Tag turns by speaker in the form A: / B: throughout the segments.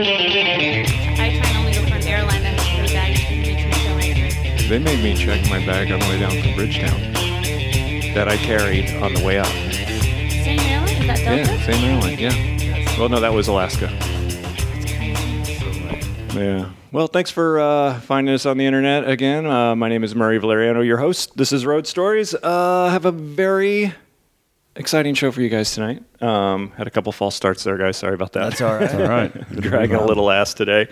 A: I try and only go for an airline that has no baggage and makes me feel angry.
B: They made me check my bag on the way down from Bridgetown that I carried on the way up.
A: Same airline? Is that Delta?
B: Yeah, same airline. Yeah. Well, no, that was Alaska. Yeah. Well, thanks for uh, finding us on the internet again. Uh, my name is Murray Valeriano, your host. This is Road Stories. Uh, have a very exciting show for you guys tonight. Um, had a couple false starts there, guys. Sorry about that.
C: That's all right.
D: All right.
B: dragging a little ass today.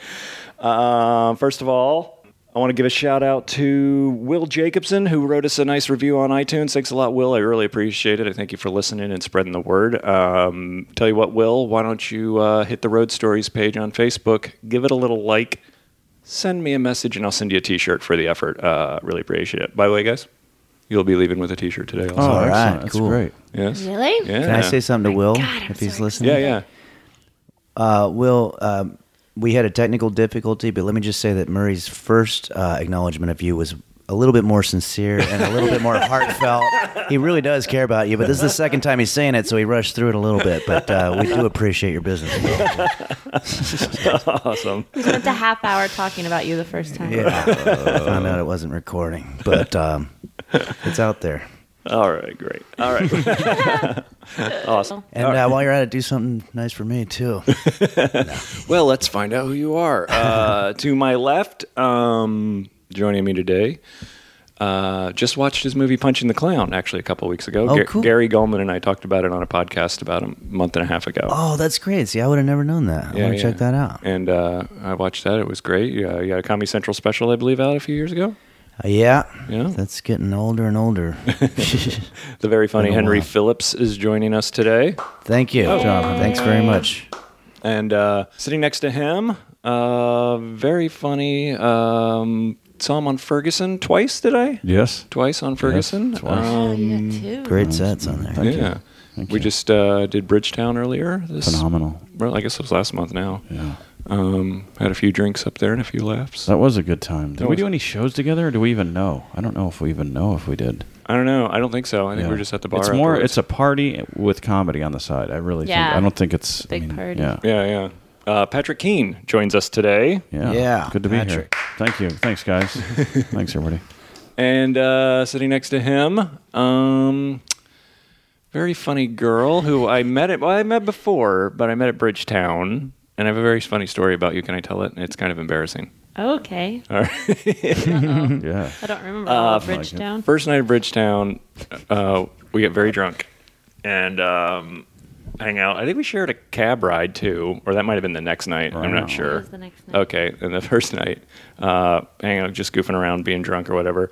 B: Uh, first of all, I want to give a shout out to Will Jacobson, who wrote us a nice review on iTunes. Thanks a lot, Will. I really appreciate it. I thank you for listening and spreading the word. Um, tell you what, Will, why don't you uh, hit the Road Stories page on Facebook? Give it a little like, send me a message, and I'll send you a t shirt for the effort. Uh, really appreciate it. By the way, guys, you'll be leaving with a t shirt today also.
C: All right,
D: excellent. That's
C: Oh, cool.
D: great.
B: Yes?
A: Really?
B: Yeah.
C: Can I say something to Will
A: God, I'm
C: if he's
A: so
C: listening?
B: Yeah, yeah.
C: Uh, Will, um, we had a technical difficulty, but let me just say that Murray's first uh, acknowledgement of you was a little bit more sincere and a little bit more heartfelt. He really does care about you, but this is the second time he's saying it, so he rushed through it a little bit. But uh, we do appreciate your business. Will.
B: Awesome.
A: We spent a half hour talking about you the first time.
C: Yeah, I found out it wasn't recording, but um, it's out there.
B: All right, great. All right. awesome.
C: And uh, while you're at it, do something nice for me too.
B: Well, let's find out who you are. Uh, to my left, um, joining me today, uh, just watched his movie Punching the Clown actually a couple weeks ago.
C: Oh, cool.
B: Gary Goldman and I talked about it on a podcast about a month and a half ago.
C: Oh, that's great. See, I would have never known that. I
B: Yeah,
C: want to
B: yeah.
C: check that out.
B: And uh, I watched that. It was great. Yeah, you had a Comedy Central special, I believe, out a few years ago.
C: Uh, yeah.
B: Yeah.
C: That's getting older and older.
B: The very funny
C: Been a
B: Henry
C: while.
B: Phillips is joining us today.
C: Thank you,
D: Oh.
C: Jonathan. Thanks very much.
B: And uh, sitting next to him, uh, very funny. Um, saw him on Ferguson twice, did I?
D: Yes.
B: Twice on Ferguson. Oh,
D: twice.
A: Oh, you got two.
C: Great sets on there.
D: Thank
B: yeah.
D: you. Thank
B: we
D: you.
B: just uh, did Bridgetown earlier. This,
D: Phenomenal.
B: well, I guess it was last month now.
D: Yeah.
B: Um, had a few drinks up there and a few laughs.
D: That was a good time. Did
B: That
D: we
B: was-
D: do any shows together? Or do we even know? I don't know if we even know if we did.
B: I don't know. I don't think so. I think
D: Yeah.
B: we we're just at the bar.
D: It's more.
B: afterwards.
D: It's a party with comedy on the side. I really.
A: Yeah.
D: Think, I don't think it's I
A: Big
D: mean,
A: party.
D: Yeah.
B: yeah, yeah. Uh, Patrick Keene joins us today,
D: Yeah.
C: Yeah,
D: Good to be
C: Patrick.
D: here. Thank you. Thanks, guys. Thanks, everybody.
B: and uh, sitting next to him, um, very funny girl who I met at. Well, I met before, but I met at Bridgetown, and I have a very funny story about you. Can I tell it? It's kind of embarrassing.
A: Oh, okay.
B: All right.
D: Yeah.
A: I don't
B: uh,
A: remember all of
D: like it.
A: Bridgetown.
B: First night at Bridgetown, uh, we get very drunk and um, hang out. I think we shared a cab ride too, or that might have been the next night. I'm
D: Wow.
B: not sure.
A: It was the next night.
B: Okay, and the first night, uh, hanging out, just goofing around, being drunk or whatever.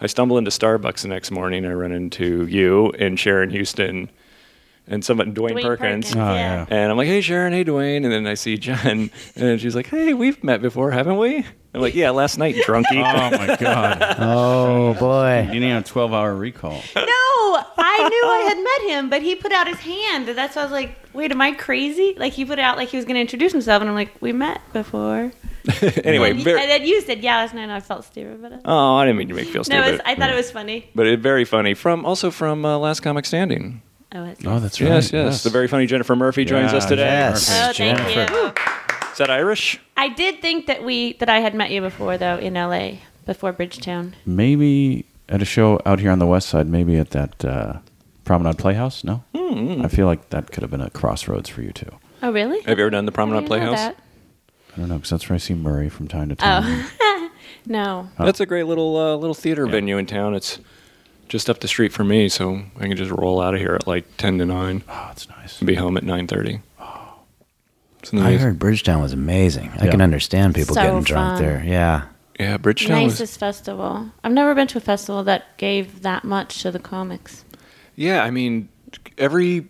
B: I stumble into Starbucks the next morning. I run into you and Sharon Houston and someone, Dwayne,
A: Dwayne
B: Perkins.
A: Perkins.
D: Oh,
A: Yeah.
D: yeah.
B: And I'm like, hey, Sharon, hey, Dwayne. And then I see Jen, and she's like, hey, we've met before, haven't we? I'm like, yeah, last night, drunky.
D: Oh my God.
C: Oh boy.
D: You need a 12-hour recall.
A: No, I knew I had met him, but he put out his hand. That's why I was like, wait, am I crazy? Like, he put it out like he was going to introduce himself, and I'm like, we met before.
B: anyway,
A: and,
B: very,
A: and then you said, yeah, last night I felt stupid about it.
B: Oh, I didn't mean to make you feel
A: No,
B: stupid.
A: it was, I thought it was funny.
B: but it, very funny. From also from uh, Last Comic Standing.
A: Oh, it's
D: Oh, that's right.
B: Yes, yes, The very funny Jennifer Murphy joins
D: Yeah,
B: us today.
C: Yes.
A: Oh, thank you.
B: Is that Irish?
A: I did think that we that I had met you before though in LA before Bridgetown.
D: Maybe at a show out here on the west side. Maybe at that uh, Promenade Playhouse. No. I feel like that could have been a crossroads for you too.
A: Oh, really?
B: Have you ever done the Promenade
A: I didn't know
B: Playhouse?
A: that.
D: I don't know because that's where I see Murray from time to time.
A: No.
B: That's a great little uh, little theater venue in town. It's just up the street from me, so I can just roll out of here at like ten to nine
D: Oh, it's nice.
B: and be home at nine thirty. It's
C: I
B: amazing.
C: heard Bridgetown was amazing. I
D: Yeah.
C: can understand people
A: So
C: getting drunk
A: fun.
C: there. Yeah.
B: Yeah, Bridgetown. was-
A: Nicest festival. I've never been to a festival that gave that much to the comics.
B: Yeah, I mean, every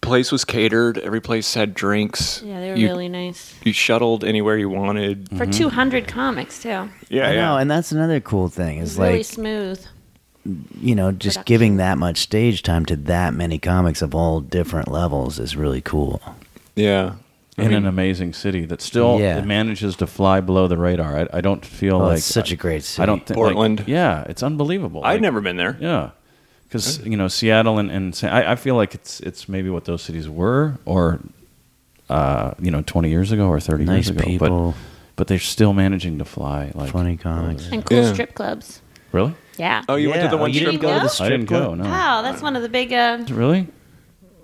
B: place was catered. Every place had drinks.
A: Yeah, they were
B: You- Mm-hmm.
A: really Mm. nice.
B: You shuttled anywhere you wanted.
A: For 200 comics too.
B: Yeah,
C: I
B: yeah.
C: know, and that's another cool thing is
A: really
C: like
A: smooth.
C: you know, just
A: production.
C: giving that much stage time to that many comics of all different levels is really cool.
B: Yeah.
D: in an amazing city that still
C: Yeah.
D: it manages to fly below the radar. I, I don't feel
C: Oh,
D: like
C: it's such a great city.
D: I don't think
B: Portland.
D: yeah, it's unbelievable.
B: I'd
D: Like,
B: never been there.
D: Yeah, because you know Seattle and and Sa- I, I feel like it's it's maybe what those cities were or uh, you know 20 years ago or 30
C: Nice
D: years ago,
C: people.
D: but but they're still managing to fly like
C: Funny comics.
A: and cool
B: Yeah.
A: strip clubs.
D: Really?
A: Yeah.
B: Oh, you went to
C: Yeah,
B: the one
C: you
B: strip
A: didn't go to
B: club?
A: the
D: I didn't go. No.
A: Wow, that's one of the big. Uh,
D: Really?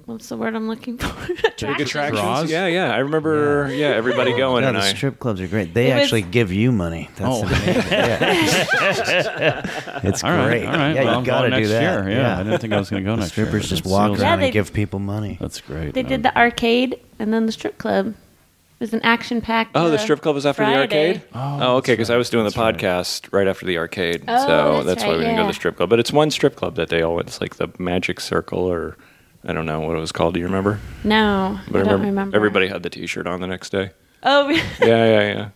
A: what's the word I'm looking for?
B: Big
A: Attractions.
B: attractions.
D: Draws?
B: Yeah, yeah. I remember. Yeah, everybody going.
C: Yeah,
B: and
C: the
B: I,
C: strip clubs are great. They
A: It was-
C: actually give you money. That's
D: Oh.
C: amazing. Yeah. it's
D: All right.
C: great.
D: All right.
C: Yeah,
D: well,
C: you
D: I'm
C: got to
D: going
C: do
D: next
C: that.
D: year. Yeah, I didn't think I was going to go
C: The
D: next year.
C: strippers
D: but
C: just
D: it
C: walk around
D: seals
A: Yeah,
D: it.
A: they-
C: and give people money.
D: That's great.
A: They
D: No.
A: did the arcade and then the strip club. It was an uh, action packed.
B: Oh, the strip club was after the arcade.
D: Oh,
B: Oh, okay,
D: that's
B: because
D: right.
B: I was doing the
D: That's right.
B: podcast right. after the arcade,
A: Oh,
B: so
A: that's
B: that's why
A: right,
B: we didn't go to
A: yeah.
B: the strip club. But it's one strip club that they all went. It's like the Magic Circle, or I don't know what it was called. Do you remember?
A: No,
B: But
A: I don't remember.
B: Everybody had the T-shirt on the next day.
A: Oh, really?
B: Yeah, yeah, yeah.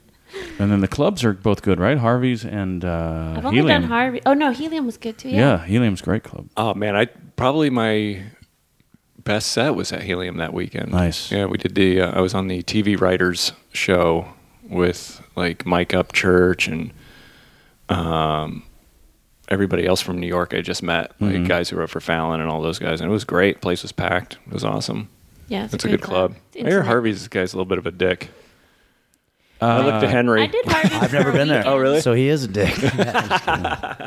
D: And then the clubs are both good, right? Harvey's and uh,
A: I've only
D: Helium.
A: done Harvey. Oh no, Helium was good too.
D: yeah.
A: Yeah.
D: Helium's a great club.
B: Oh man, I probably my best set was at Helium that weekend.
D: Nice.
B: Yeah, we did the. Uh, I was on the TV writers show with like Mike Upchurch and um, everybody else from New York. I just met like
D: Mm-hmm.
B: guys who wrote for Fallon and all those guys, and it was great. Place was packed. It was awesome.
A: Yeah,
B: It's, a good club.
A: It's
B: I hear
A: intimate.
B: Harvey's guy's a little bit of a dick. I
D: Uh,
B: looked to Henry.
A: I did Harvey's.
C: I've never
A: for a
C: been there.
A: weekend.
B: Oh, really?
C: So he is a dick.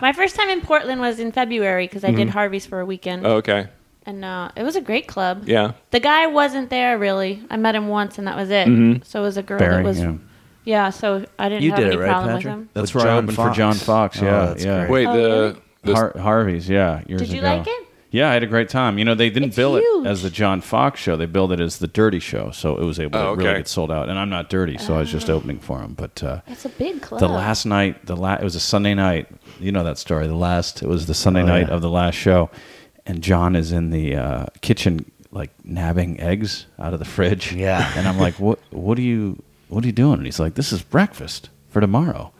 A: My first time in Portland was in February because I did Harvey's for a weekend,
B: Mm-hmm. Oh, okay.
A: and uh, it was a great club.
B: Yeah.
A: The guy wasn't there really. I met him once, and that was it.
D: Mm-hmm.
A: So it was a girl
D: Barry,
A: that was.
D: yeah.
A: Yeah. so I didn't
C: you
A: have
C: did
A: any
C: it right,
A: problem
C: Patrick.
A: with him.
D: That's
C: With
D: right,
C: John
D: open for John Fox,
C: Oh,
D: yeah,
C: that's
D: yeah.
C: great.
B: Wait,
A: Oh,
B: the, the
D: Har- Harvey's, yeah. Years
A: Did you
D: ago.
A: like it?
D: Yeah, I had a great time. You know, they didn't
A: It's
D: bill
A: huge.
D: it as the John Fox show; they billed it as the Dirty Show. So it was able
B: Oh,
D: to really
B: okay.
D: get sold out. And I'm not dirty, so I was just opening for him. But uh,
A: Oh. That's a big club.
D: the last night the la- it was a sunday night you know that story the last it was the sunday
C: Oh,
D: night
C: yeah.
D: of the last show and john is in the uh, kitchen like nabbing eggs out of the fridge
C: Yeah.
D: and i'm like what what are you what are you doing and he's like this is breakfast for tomorrow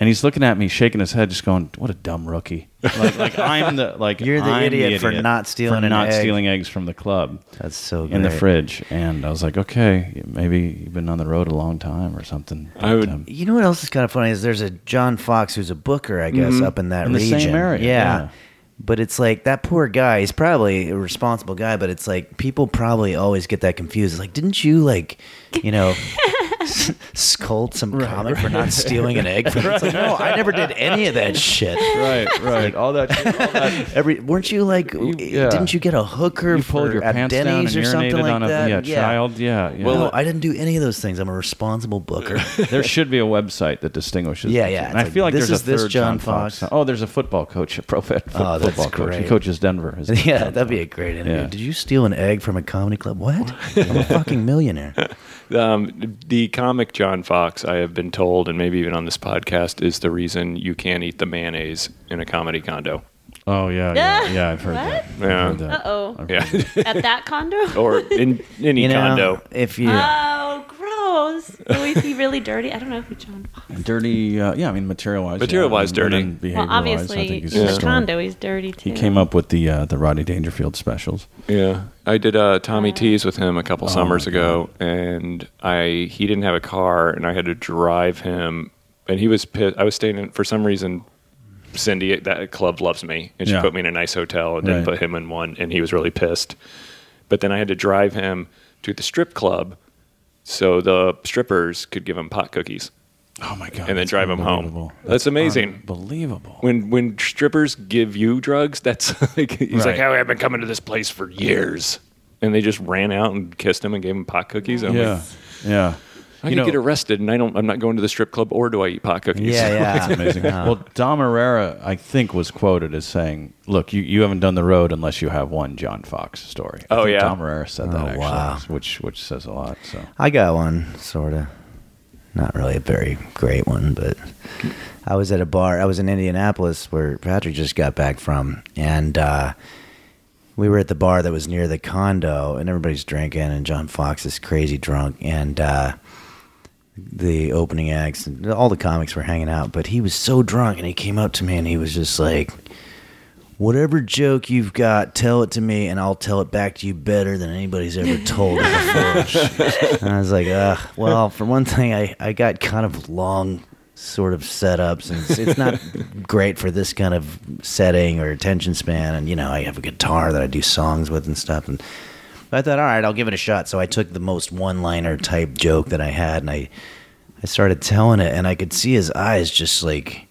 D: and he's looking at me shaking his head just going what a dumb rookie like, like i'm the like
C: You're the
D: I'm
C: idiot for not stealing
D: for
C: an
D: not
C: egg.
D: stealing eggs from the club
C: That's so good.
D: in the fridge and i was like okay maybe you've been on the road a long time or something um,
B: I would-
C: You know what else is kind of funny is there's a John Fox who's a booker, I guess, up in that
D: Mm-hmm. In the same
C: region.
D: area,
C: Yeah.
D: yeah.
C: But it's like that poor guy, he's probably a responsible guy, but it's like people probably always get that confused. It's like, didn't you like, you know, s- scold some comic for not stealing an egg from It's like, no, I never did any of that shit.
D: right right all that shit
C: Every weren't you like
D: yeah.
C: didn't you get a hooker
D: you pulled
C: for-
D: your
C: at
D: pants down and
C: Denny's or something
D: urinated
C: like
D: on a
C: that?
D: yeah, child. Yeah, yeah.
C: no, I didn't do any of those things. I'm a responsible booker.
D: there should be a website that distinguishes.
C: Yeah,
D: the
C: yeah,
D: two.
C: it's
D: And I
C: like,
D: feel like
C: this
D: there's
C: is
D: a
C: this
D: third
C: John Fox.
D: Oh, there's a football coach, a pro fit, fo-
C: Oh, that's
D: football coach. He
C: great.
D: coaches Denver. His name.
C: yeah, that'd be a great interview.
D: Yeah.
C: Did you steal an egg from a comedy club? What? I'm a fucking millionaire.
B: Um, the comic John Fox, I have been told, and maybe even on this podcast, is the reason you can't eat the mayonnaise in a comedy condo.
D: Oh yeah, yeah,
A: Ah,
D: yeah. I've heard
A: what?
D: that. I've
B: Yeah.
D: heard that.
A: Uh-oh.
D: I've heard
B: Yeah,
D: that.
A: at that condo.
B: or in any
C: You know,
B: condo.
C: if you
A: Oh, gross! So is he really dirty? I don't know who John. Fox-
D: And Dirty. Uh, yeah, I mean material wise.
B: Material wise, dirty.
A: Well, obviously,
D: I think he's
A: in
D: a
A: the
D: storm.
A: condo, he's dirty too.
D: He came up with the uh, the Rodney Dangerfield specials.
B: Yeah, I did uh, Tommy T's with him a couple summers
D: Oh my
B: ago, and I he didn't have a car, and I had to drive him, and he was pissed. I was staying in for some reason. Cindy at that club loves me, and she
D: Yeah.
B: put me in a nice hotel and then
D: Right.
B: put him in one, and he was really pissed. But then I had to drive him to the strip club so the strippers could give him pot cookies.
D: Oh my god!
B: And then
D: that's
B: drive him home.
D: unbelievable.
B: That's amazing.
D: Unbelievable.
B: when when strippers give you drugs, that's like he's
D: Right.
B: like, "Hey, I've been coming to this place for years," and they just ran out and kissed him and gave him pot cookies. And I'm
D: Yeah,
B: like,
D: yeah.
B: I could get arrested, and I don't. I'm not going to the strip club, or do I eat pot cookies?
C: Yeah, yeah.
D: That's amazing.
C: No.
D: Well, Dom Herrera, I think, was quoted as saying, "Look, you, you haven't done the road unless you have one John Fox story." I
B: Oh,
D: think
B: yeah.
D: Dom Herrera said that
C: Oh,
D: actually,
C: wow.
D: which which says a lot. So
C: I got one, sorta. Not really a very great one, but I was at a bar. I was in Indianapolis where Patrick just got back from, and uh, we were at the bar that was near the condo, and everybody's drinking, and John Fox is crazy drunk, and uh, the opening acts, and all the comics were hanging out, but he was so drunk, and he came up to me, and he was just like. Whatever joke you've got, tell it to me, and I'll tell it back to you better than anybody's ever told it before. And I was like, Ugh, well, for one thing, I, I got kind of long sort of setups, and it's, it's not great for this kind of setting or attention span. And you know, I have a guitar that I do songs with and stuff. And I thought, all right, I'll give it a shot. So I took the most one-liner type joke that I had, and I I started telling it, and I could see his eyes just like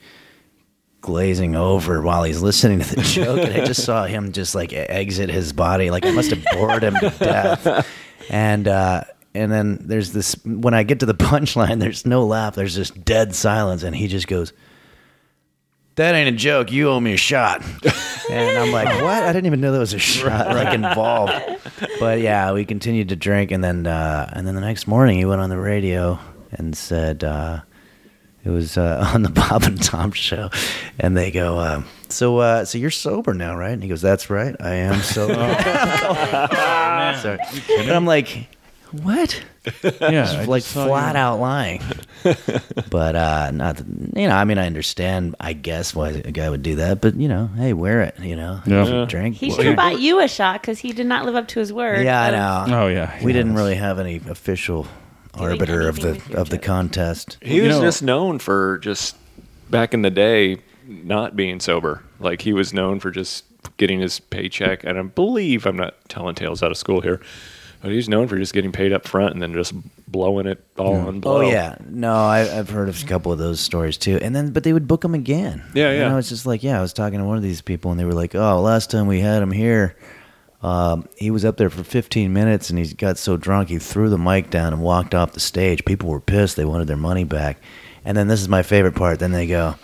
C: glazing over while he's listening to the joke, and I just saw him just like exit his body, like I must have bored him to death. And uh, and then there's this when I get to the punchline, there's no laugh, there's just dead silence, and he just goes, "That ain't a joke. You owe me a shot." And I'm like, "What? I didn't even know there was a shot like involved." But yeah, we continued to drink, and then uh, and then the next morning, he went on the radio and said. Uh, it was uh, on the Bob and Tom show, and they go, uh, "So, uh, so you're sober now, right?" And he goes, "That's right, I am sober." Sorry. And I'm like, "What?"
D: Yeah, I
C: Just, like
D: just saw
C: flat
D: you-
C: out lying. but uh, not, that- you know. I mean, I understand. I guess why a guy would do that, but you know, hey, wear it. You know,
D: Yeah.
C: If you drink.
A: He
C: wear
A: should
C: it.
A: have bought you a shot because he did not live up to his word.
C: Yeah, I
A: of-
C: know.
D: Oh yeah,
C: We
D: yeah,
C: didn't
D: that's-
C: really have any official
A: Doing
C: arbiter of
A: anything
C: the
A: with your
C: of the
A: jokes.
C: contest.
B: He was
D: You know-
B: just known for just back in the day not being sober. Like he was known for just getting his paycheck, and I believe I'm not telling tales out of school here, but he's known for just getting paid up front and then just blowing it all on blow.
C: Oh yeah, no, I, I've heard of a couple of those stories too. And then, but they would book them again.
B: Yeah,
C: And
B: yeah.
C: I was just like, yeah, I was talking to one of these people, and they were like, oh, last time we had him here, um, he was up there for 15 minutes, and he got so drunk he threw the mic down and walked off the stage. People were pissed; they wanted their money back. And then this is my favorite part. Then they go.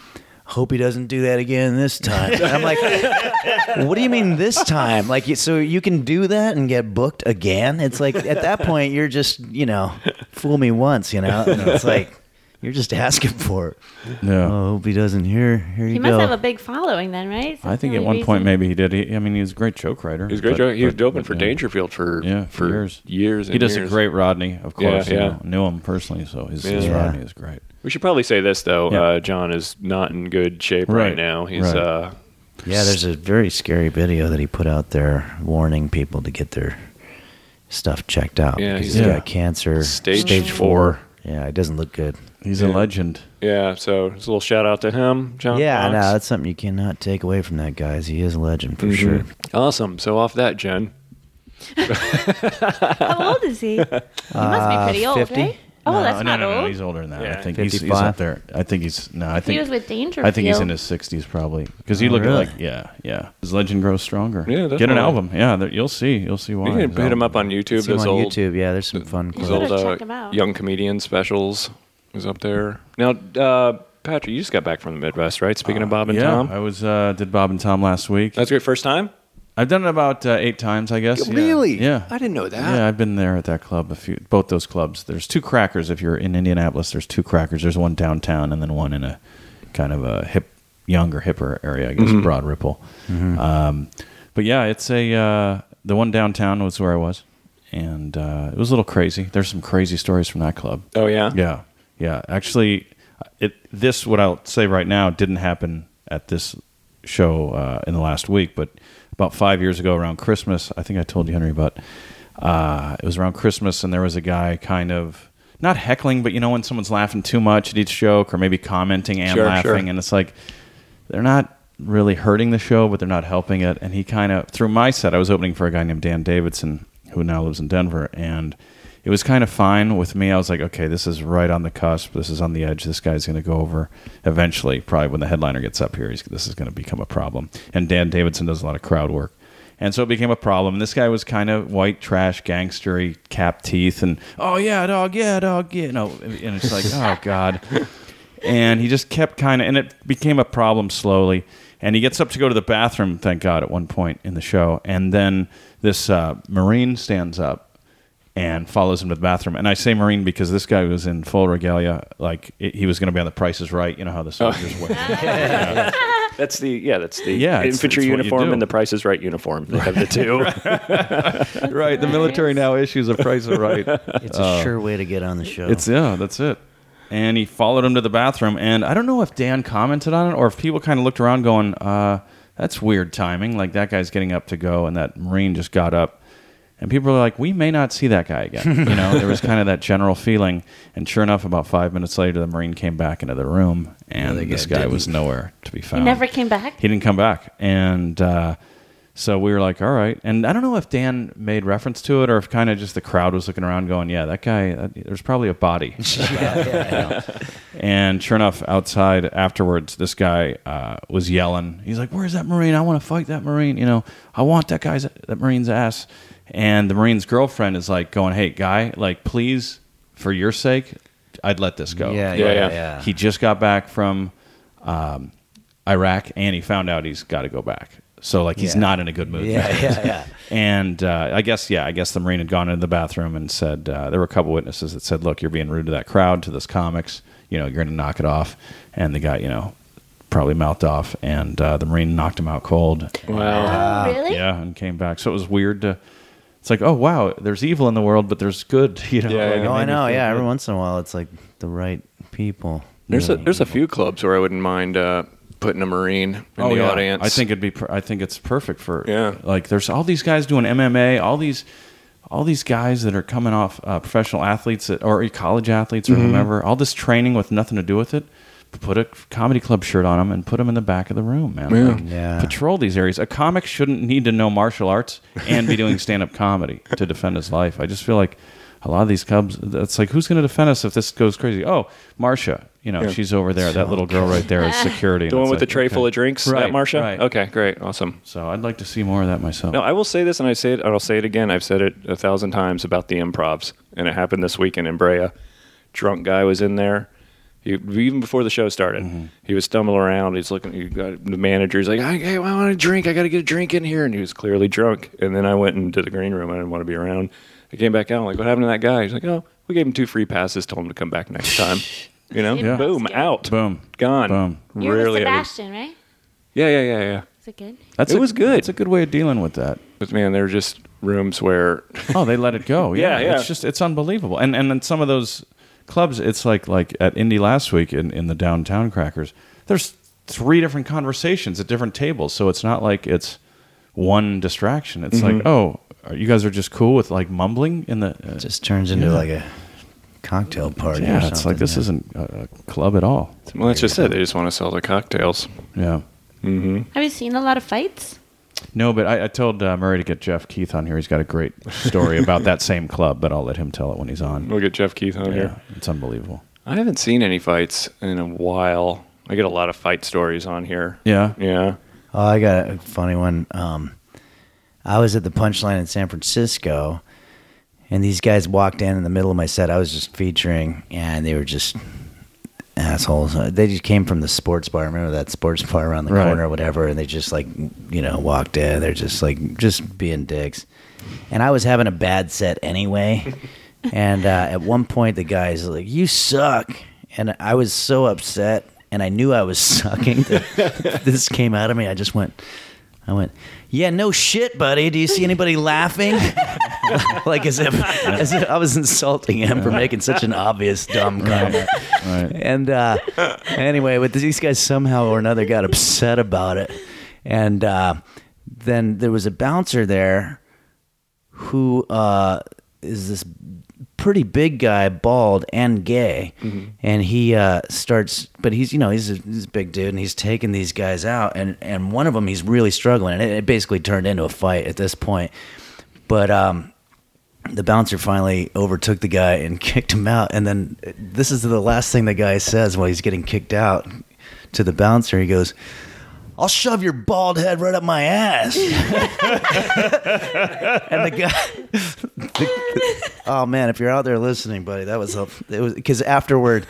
C: Hope he doesn't do that again this time. And I'm like, what do you mean this time? Like, you- so you can do that and get booked again? It's like at that point you're just, you know, fool me once, you know. And it's like you're just asking for it.
D: Yeah.
C: Oh, I hope he doesn't. Here, here you
A: He
C: go.
A: must have a big following then, right?
D: I think
A: Something
D: at
A: like
D: one point
A: reason-
D: maybe he did. He, I mean, he was a great joke writer.
B: He was a great.
D: but-
B: joke. He was
D: but-
B: doping
D: but,
B: for
D: yeah.
B: Dangerfield for
D: Yeah,
B: for years.
D: He
B: and
D: does
B: years.
D: a great Rodney, of course.
B: yeah.
D: you know. knew him personally, so his, his
B: Yeah.
D: Rodney is great.
B: We should probably say this though.
D: Yeah.
B: Uh, John is not in good shape right,
D: Right,
B: now. He's
D: right.
B: uh,
C: yeah, there's a very scary video that he put out there warning people to get their stuff checked out
B: Yeah,
C: because
B: he's-
C: he's
D: Yeah.
C: got cancer,
B: Stage
C: four. Yeah, it doesn't look good.
D: He's a legend.
B: yeah. So just a little shout out to him, John.
C: yeah, no,
B: Fox.
C: that's something you cannot take away from that guy. is He is a legend
B: Mm-hmm.
C: for sure.
B: awesome. So off that, Jen.
A: How old is he? He must
C: Uh,
A: be pretty old,
C: 50?
A: right? Oh,
D: no,
A: that's
D: Uh, no,
A: not
D: no, no,
A: old.
D: He's older than that. I
B: Yeah.
D: think he's, he's
C: 55?
D: up there. I think he's no. I think
A: was with
D: I think he's
A: Dangerfield.
D: in his sixties probably because you look at
C: really?
D: like yeah, yeah. His legend grows stronger.
B: Oh, Yeah,
D: get an
B: definitely.
D: album. Yeah, there, you'll see. You'll see why.
B: You can
D: His
B: hit him
D: album.
B: up on YouTube.
C: See him
B: Those
C: on
B: old
C: YouTube. Yeah, there's some fun
B: His
A: You
C: clips.
A: should've
B: old uh,
A: checked him out.
B: young comedian specials is up there. Now, uh, Patrick, you just got back from the Midwest, right? Speaking of Bob and
D: yeah,
B: Tom,
D: I was uh, did Bob and Tom last week.
B: that's your first time.
D: I've done it about uh, eight times, I guess. Yeah.
B: Really?
D: Yeah.
B: I didn't know that.
D: Yeah, I've been there at that club. A few, both those clubs. There's two crackers. If you're in Indianapolis, there's two crackers. There's one downtown, and then one in a kind of a hip, younger, hipper area. I guess
B: Mm-hmm.
D: Broad Ripple. Um, but yeah, it's a uh, the one downtown was where I was, and uh, it was a little crazy. There's some crazy stories from that club.
B: Oh yeah,
D: Yeah, yeah. Actually, it this what I'll say right now didn't happen at this show uh, in the last week, but about five years ago around Christmas, I think I told you Henry, but uh, it was around Christmas, and there was a guy kind of not heckling, but you know when someone's laughing too much at each joke, or maybe commenting and
B: Sure,
D: laughing,
B: sure.
D: and it's like they're not really hurting the show, but they're not helping it. And he kind of through my set, I was opening for a guy named Dan Davidson who now lives in Denver, and it was kind of fine with me. I was like, okay, this is right on the cusp. This is on the edge. This guy's going to go over eventually. Probably when the headliner gets up here, he's, this is going to become a problem. And Dan Davidson does a lot of crowd work. And so it became a problem. This guy was kind of white trash, gangstery, cap teeth, and oh yeah, dog, yeah, dog, yeah, no, and it's like oh god and he just kept kind of and it became a problem slowly and he gets up to go to the bathroom thank god at one point in the show and then this uh, marine stands up and follows him to the bathroom and i say marine because this guy was in full regalia like it, he was going to be on the price is right you know how the soldiers wear
B: that's the yeah, that's the
D: Yeah, it's-
B: infantry
D: it's what you
B: uniform
D: do.
B: and the Price is Right uniform. They have the two.
D: right the military now issues a price is right
C: It's a sure way to get on the show.
D: It's yeah, that's it. And he followed him to the bathroom, and I don't know if Dan commented on it or if people kind of looked around, going, uh, "That's weird timing." Like that guy's getting up to go, and that Marine just got up, And people were like, we may not see that guy again. You know, there was kind of that general feeling. And sure enough, about five minutes later, the Marine came back into the room, and
C: other
D: this
C: guy
D: guy was nowhere to be found.
A: never came back?
D: He didn't come back. And uh, so we were like, all right. And I don't know if Dan made reference to it or if kind of just the crowd was looking around going, yeah, that guy, that, there's probably a body. And sure enough, outside afterwards, this guy uh, was yelling. He's like, "Where's that marine? I want to fight that marine. You know, I want that guy's that marine's ass." And the marine's girlfriend is like, going, "Hey, guy, like, please, for your sake, I'd let this go."
C: Yeah,
B: Yeah,
C: yeah,
B: yeah.
C: yeah.
D: He just got back from um, Iraq, and he found out he's got to go back. So like, he's
C: Yeah.
D: not in a good mood.
C: yeah, yeah, yeah.
D: And uh, I guess, yeah, I guess the Marine had gone into the bathroom and said, uh, there were a couple witnesses that said, look, you're being rude to that crowd, to this comics. You know, you're going to knock it off. And the guy, you know, probably mouthed off. And uh, the Marine knocked him out cold.
A: Oh, really?
D: Yeah, and came back. So it was weird to. It's like, oh, wow, there's evil in the world, but there's good. You know,
B: Yeah,
D: Like,
B: yeah.
D: it
C: Oh, I
D: made me
C: know.
D: feel
C: Yeah,
D: good.
C: every once in a while, it's like the right people.
B: There's a there's a few clubs where I wouldn't mind uh, putting a marine in the
D: Oh, yeah.
B: audience.
D: I think it'd be. Per- I think it's perfect for.
B: Yeah.
D: Like there's all these guys doing MMA. All these, all these guys that are coming off uh, professional athletes that, or college athletes or
B: Mm-hmm.
D: whomever. All this training with nothing to do with it. Put a comedy club shirt on them and put them in the back of the room, man.
B: Yeah.
D: Like,
C: Yeah.
D: Patrol these areas. A comic shouldn't need to know martial arts and be doing stand up comedy to defend his life. I just feel like a lot of these cubs. It's like who's going to defend us if this goes crazy? Oh, Marcia. You know, she's over there. That little girl right there is security.
B: the
D: And
B: one with
D: it's
B: the
D: like,
B: tray
D: okay.
B: full of drinks,
D: Right,
B: that Marsha.
D: right.
B: Okay, great, awesome.
D: So I'd like to see more of that myself.
B: No, I will say this, and I say it, and I'll say it again. I've said it a thousand times about the improvs, and it happened this weekend in Brea. Drunk guy was in there. He, even before the show started, he was stumbling around. He's looking. He got the manager. He's like, "Hey, hey, I want a drink. I got to get a drink in here." And he was clearly drunk. And then I went into the green room. I didn't want to be around. I came back out. I'm like, "What happened to that guy?" He's like, "Oh, we gave him two free passes. Told him to come back next time." You know,
A: Yeah.
B: boom, out,
D: Boom.
B: gone,
D: Boom.
A: You were with
B: Rarely ever-
A: Sebastian, right?
B: Yeah, yeah, yeah, yeah.
A: Is it good?
D: That's
B: It
D: a-
B: was good.
D: It's a good way of dealing with that.
B: But man, they're just rooms where
D: Oh, they let it go.
B: Yeah,
D: Yeah,
B: yeah.
D: It's just it's unbelievable. And and then some of those clubs, it's like like at Indy last week in, in the downtown crackers, there's three different conversations at different tables. So it's not like it's one distraction. It's
B: Mm-hmm.
D: like, oh, are- you guys are just cool with like mumbling in the uh,
C: It just turns into like a cocktail party. or
D: yeah.
C: something.
D: It's like this isn't a, a club at all.
B: Well, that's just it. They just want to sell their cocktails.
D: Yeah.
A: Have you seen a lot of fights?
D: No, but I, I told uh, Murray to get Jeff Keith on here. He's got a great story about that same club, but I'll let him tell it when he's on.
B: We'll get Jeff Keith on
D: Yeah,
B: here.
D: it's unbelievable.
B: I haven't seen any fights in a while. I get a lot of fight stories on here.
D: Yeah.
B: Yeah.
C: Oh, I got a funny one. Um, I was at the punchline in San Francisco, and these guys walked in in the middle of my set. I was just featuring, and they were just assholes. Uh, They just came from the sports bar. Remember that sports bar around the
D: Right.
C: corner or whatever? And they just like, you know, walked in. They're just like, just being dicks. And I was having a bad set anyway. and uh, at one point, the guy's like, "You suck," and I was so upset. And I knew I was sucking. this came out of me. I just went, I went, yeah, no shit, buddy. Do you see anybody laughing? like as if, as if I was insulting him for making such an obvious dumb comment.
D: Right.
C: And uh, anyway, but these guys somehow or another got upset about it. And uh, then there was a bouncer there who uh, is this pretty big guy, bald and gay, and he uh, starts. But he's you know he's a, he's a big dude, and he's taking these guys out, and and one of them he's really struggling, and it, it basically turned into a fight at this point. But um, the bouncer finally overtook the guy and kicked him out, and then uh, this is the last thing the guy says while he's getting kicked out to the bouncer. He goes. I'll shove your bald head right up my ass. and the guy, Oh man, if you're out there listening, buddy, that was a, it was because afterward,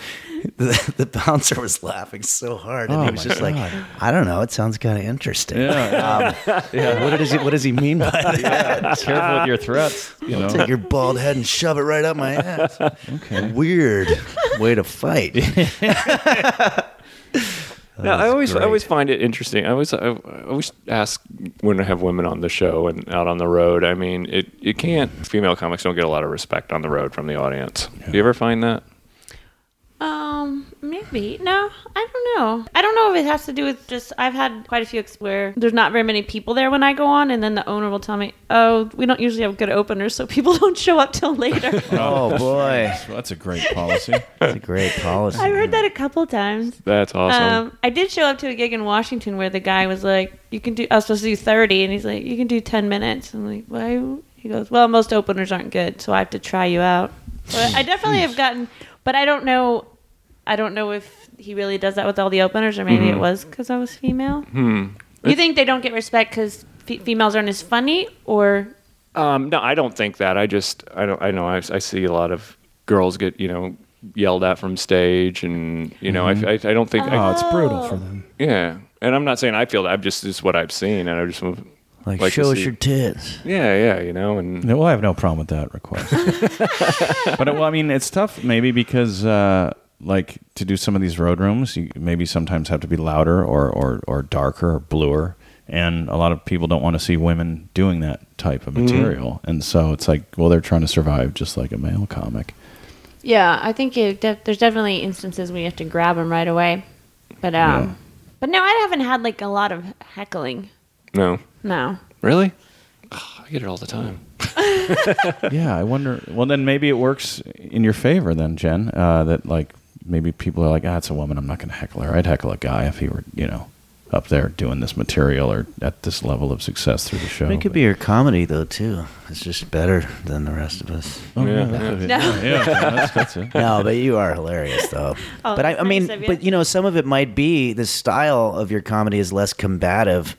C: the, the bouncer was laughing so hard, and
D: Oh,
C: he was
D: my
C: just
D: God.
C: like, "I don't know, it sounds kind of interesting. Um,
D: Yeah.
C: What does he What does he mean by that?
D: Careful with your threats. You know.
C: Take your bald head and shove it right up my ass.
D: Okay.
C: Weird way to fight.
B: No, I always I
C: great.
B: always find it interesting. I always I, I always ask when I have women on the show and out on the road. I mean, it you can't female comics don't get a lot of respect on the road from the audience. Do you ever find that?
A: Um, yeah, Maybe. No, I don't know. I don't know if it has to do with just, I've had quite a few ex- where there's not very many people there when I go on, and then the owner will tell me, oh, we don't usually have good openers, so people don't show up till later.
C: Oh boy,
D: Well, that's a great policy.
C: that's a great policy.
A: I've heard that a couple times.
B: That's awesome.
A: Um, I did show up to a gig in Washington where the guy was like, "You can do." I was supposed to do thirty, and he's like, "You can do ten minutes." I'm like, "Why?" He goes, "Well, most openers aren't good, so I have to try you out." But I definitely have gotten, but I don't know. I don't know if he really does that with all the openers, or maybe it was because I was female. Hmm. You think they don't get respect because fe- females aren't as funny, or
B: Um, no, I don't think that. I just, I don't, I know, I, I see a lot of girls get, you know, yelled at from stage, and you know, I, I, I don't think,
D: Oh,
B: I,
D: it's brutal for them.
B: yeah. And I'm not saying I feel that. I'm just, it's what I've seen, and I just like, to
C: Like, show us
B: see-
C: your tits.
B: yeah, yeah, you know, and
D: No, well, I have no problem with that request. but well, I mean, it's tough maybe because uh, like to do some of these road rooms, you maybe sometimes have to be louder or or, or darker or bluer, and a lot of people don't want to see women doing that type of material, and so it's like, well, they're trying to survive just like a male comic.
A: Yeah, I think it def- there's definitely instances where you have to grab them right away. But um,
D: Yeah.
A: but no, I haven't had like a lot of heckling.
B: no,
A: No,
B: really, I get it all the time.
D: yeah, I wonder. Well, then maybe it works in your favor, then Jen. Uh, that like maybe people are like, ah, it's a woman. I'm not going to heckle her. I'd heckle a guy if he were, you know, up there doing this material or at this level of success through the show.
C: But it could
D: But-
C: be your comedy though too. It's just better than the rest of us.
D: Oh,
B: Yeah.
D: yeah, that could be- yeah, yeah, that's, that's it.
C: No, but you are hilarious though.
A: Oh,
C: but I, I mean,
A: thanks, Olivia.
C: but you know, some of it might be the style of your comedy is less combative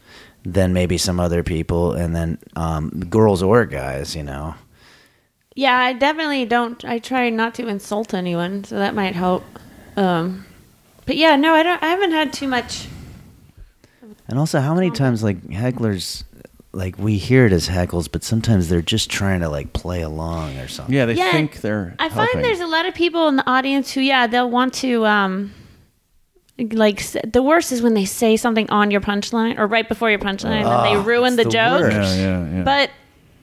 C: than maybe some other people, and then um, girls or guys, you know.
A: yeah, I definitely don't. I try not to insult anyone, so that might help. Um, but yeah, no, I don't. I haven't had too much.
C: And also, how
A: Oh,
C: many times like hecklers, like we hear it as heckles, but sometimes they're just trying to like play along or something.
D: Yeah, they
A: Yeah,
D: think they're.
A: I find
D: helping.
A: there's a lot of people in the audience who, yeah, they'll want to. Um, like s- the worst is when they say something on your punchline or right before your punchline, and they ruin Ah, the,
C: the
A: joke.
C: worst.
D: Yeah, yeah, yeah.
A: but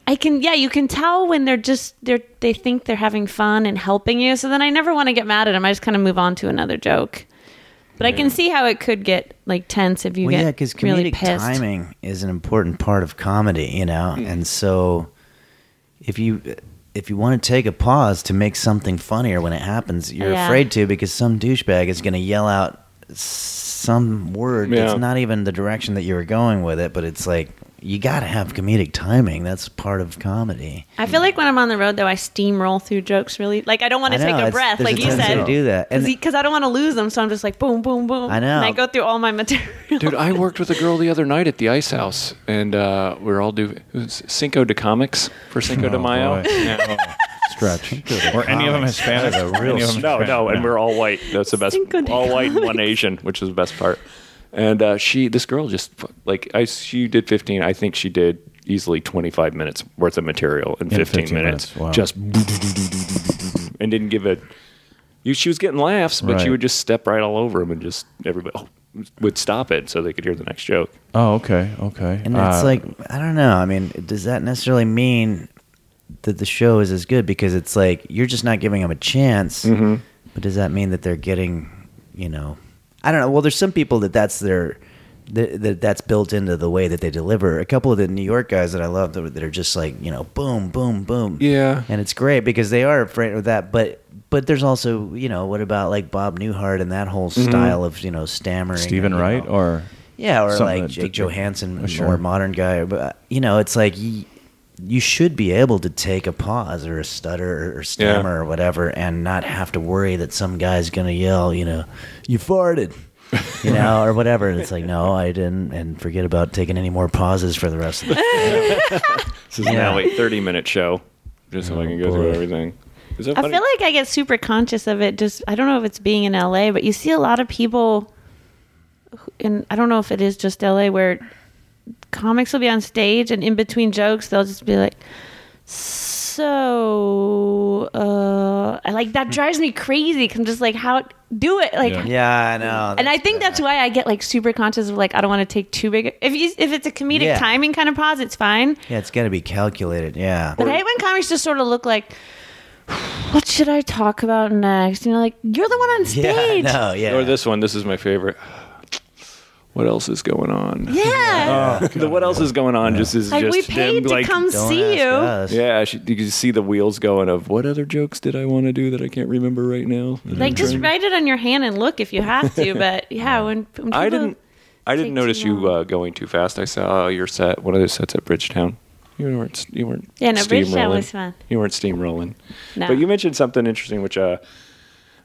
A: I can yeah, you can tell when they're just they're they think they're having fun and helping you. So then I never want to get mad at them. I just kind of move on to another joke. But I can see how it could get like tense if you
C: well,
A: get
C: yeah, because comedic
A: really pissed.
C: timing is an important part of comedy, you know. And so, if you if you want to take a pause to make something funnier when it happens, you're
A: Yeah.
C: afraid to because some douchebag is going to yell out s- some word
B: Yeah.
C: that's not even the direction that you were going with it. But it's like you got to have comedic timing. That's part of comedy.
A: I feel like when I'm on the road though, I steamroll through jokes really. Like I don't want
C: I
A: to
C: know,
A: take a
C: it's-
A: breath,
C: there's
A: like
C: a
A: you
C: tendency
A: said,
C: to do that. And-
A: because I don't want to lose them. So I'm just like boom, boom, boom.
C: I know.
A: And I go through all my material.
B: Dude, I worked with a girl the other night at the Ice House, and uh, we were all doing Cinco de Comics for Cinco de
D: Oh,
B: Mayo.
D: boy. stretch or any of them Hispanic.
C: real
D: Any of them
B: No,
D: Hispanic.
B: no, and we're all white. That's the best.
A: Cinco de
B: All white and one Asian, which is the best part. And uh, she, this girl, just like I, she did 15. I think she did easily 25 minutes worth of material in 15,
D: 15
B: minutes.
D: minutes, wow.
B: Just and didn't give a. You, she was getting laughs, but she
D: Right.
B: would just step right all over them, and just everybody oh, would stop it so they could hear the next joke.
D: Oh, okay, okay.
C: And it's
D: Uh,
C: like I don't know. I mean, does that necessarily mean that the show is as good? Because it's like you're just not giving them a chance.
D: Mm-hmm.
C: But does that mean that they're getting, you know, I don't know. Well, there's some people that that's their that, that that's built into the way that they deliver. A couple of the New York guys that I love that, that are just like you know, boom, boom, boom.
B: Yeah.
C: and it's great because they are afraid of that, but. But there's also, you know, what about like Bob Newhart and that whole style of, you know, stammering.
D: Stephen
C: and, you
D: Mm-hmm. Wright
C: know.
D: or
C: Yeah, or
D: Something
C: like
D: that-
C: Jake
D: that-
C: Johansson,
D: Oh, sure.
C: more modern guy. But uh, you know, it's like you, you should be able to take a pause or a stutter or, or stammer or whatever, and not have to worry that some guy's gonna yell, you know, you farted, you know, or whatever. And it's like, no, I didn't, and forget about taking any more pauses for the rest of the.
B: This is now a 30 minute show, just so I can go through everything. Is that
A: I
B: funny?
A: feel like I get super conscious of it. Just I don't know if it's being in LA, but you see a lot of people, who- and I don't know if it is just LA where comics will be on stage and in between jokes they'll just be like, "So, uh, I like that drives me crazy." Cause I'm just like, "How do it?" Like,
D: Yeah.
C: yeah, I know.
A: and I think that's why I get like super conscious of like I don't want to take too big. If you, if it's a comedic
C: Yeah.
A: timing kind of pause, it's fine.
C: yeah, it's got to be calculated. Yeah,
A: But I hate when comics just sort of look like what should I talk about next? You know, like you're the one on stage.
C: Yeah, no, yeah.
B: Or this one. This is my favorite. What else is going on?
A: Yeah.
B: the what else is going on just is
A: like
B: just
A: we paid
B: them, like,
A: to come
C: Don't
A: see
C: ask
A: you.
C: us.
B: Yeah, she, you can see the wheels going of what other jokes did I want to do that I can't remember right now. that I'm
A: Like just
B: trying-
A: write it on your hand and look if you have to. But yeah, when, when
B: I
A: people-
B: didn't. I didn't
A: take too
B: notice you
A: long.
B: uh, going too fast. I saw your set, one of those sets at Bridgetown. You weren't. You weren't.
A: Yeah, no, Bridgetown
B: steamrolling.
A: was fun.
B: You weren't steamrolling.
A: No.
B: But you mentioned something interesting, which uh,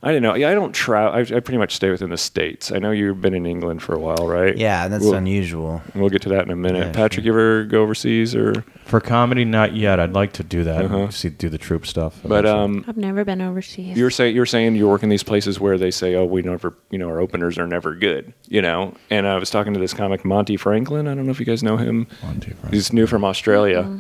B: I don't know. Yeah, I don't travel. I, I pretty much stay within the states. I know you've been in England for a while, right?
C: Yeah, and that's
B: We'll,
C: unusual.
B: we'll get to that in a minute.
C: Yeah,
B: Patrick, you ever go overseas or?
D: For comedy, not yet. I'd like to do that. See, do the troop stuff.
B: But um,
A: I've never been overseas.
B: you were saying you were saying you work in these places where they say, "Oh, we never, you know, our openers are never good," you know. And I was talking to this comic Monty Franklin. I don't know if you guys know him.
D: Monty Franklin.
B: He's new from Australia,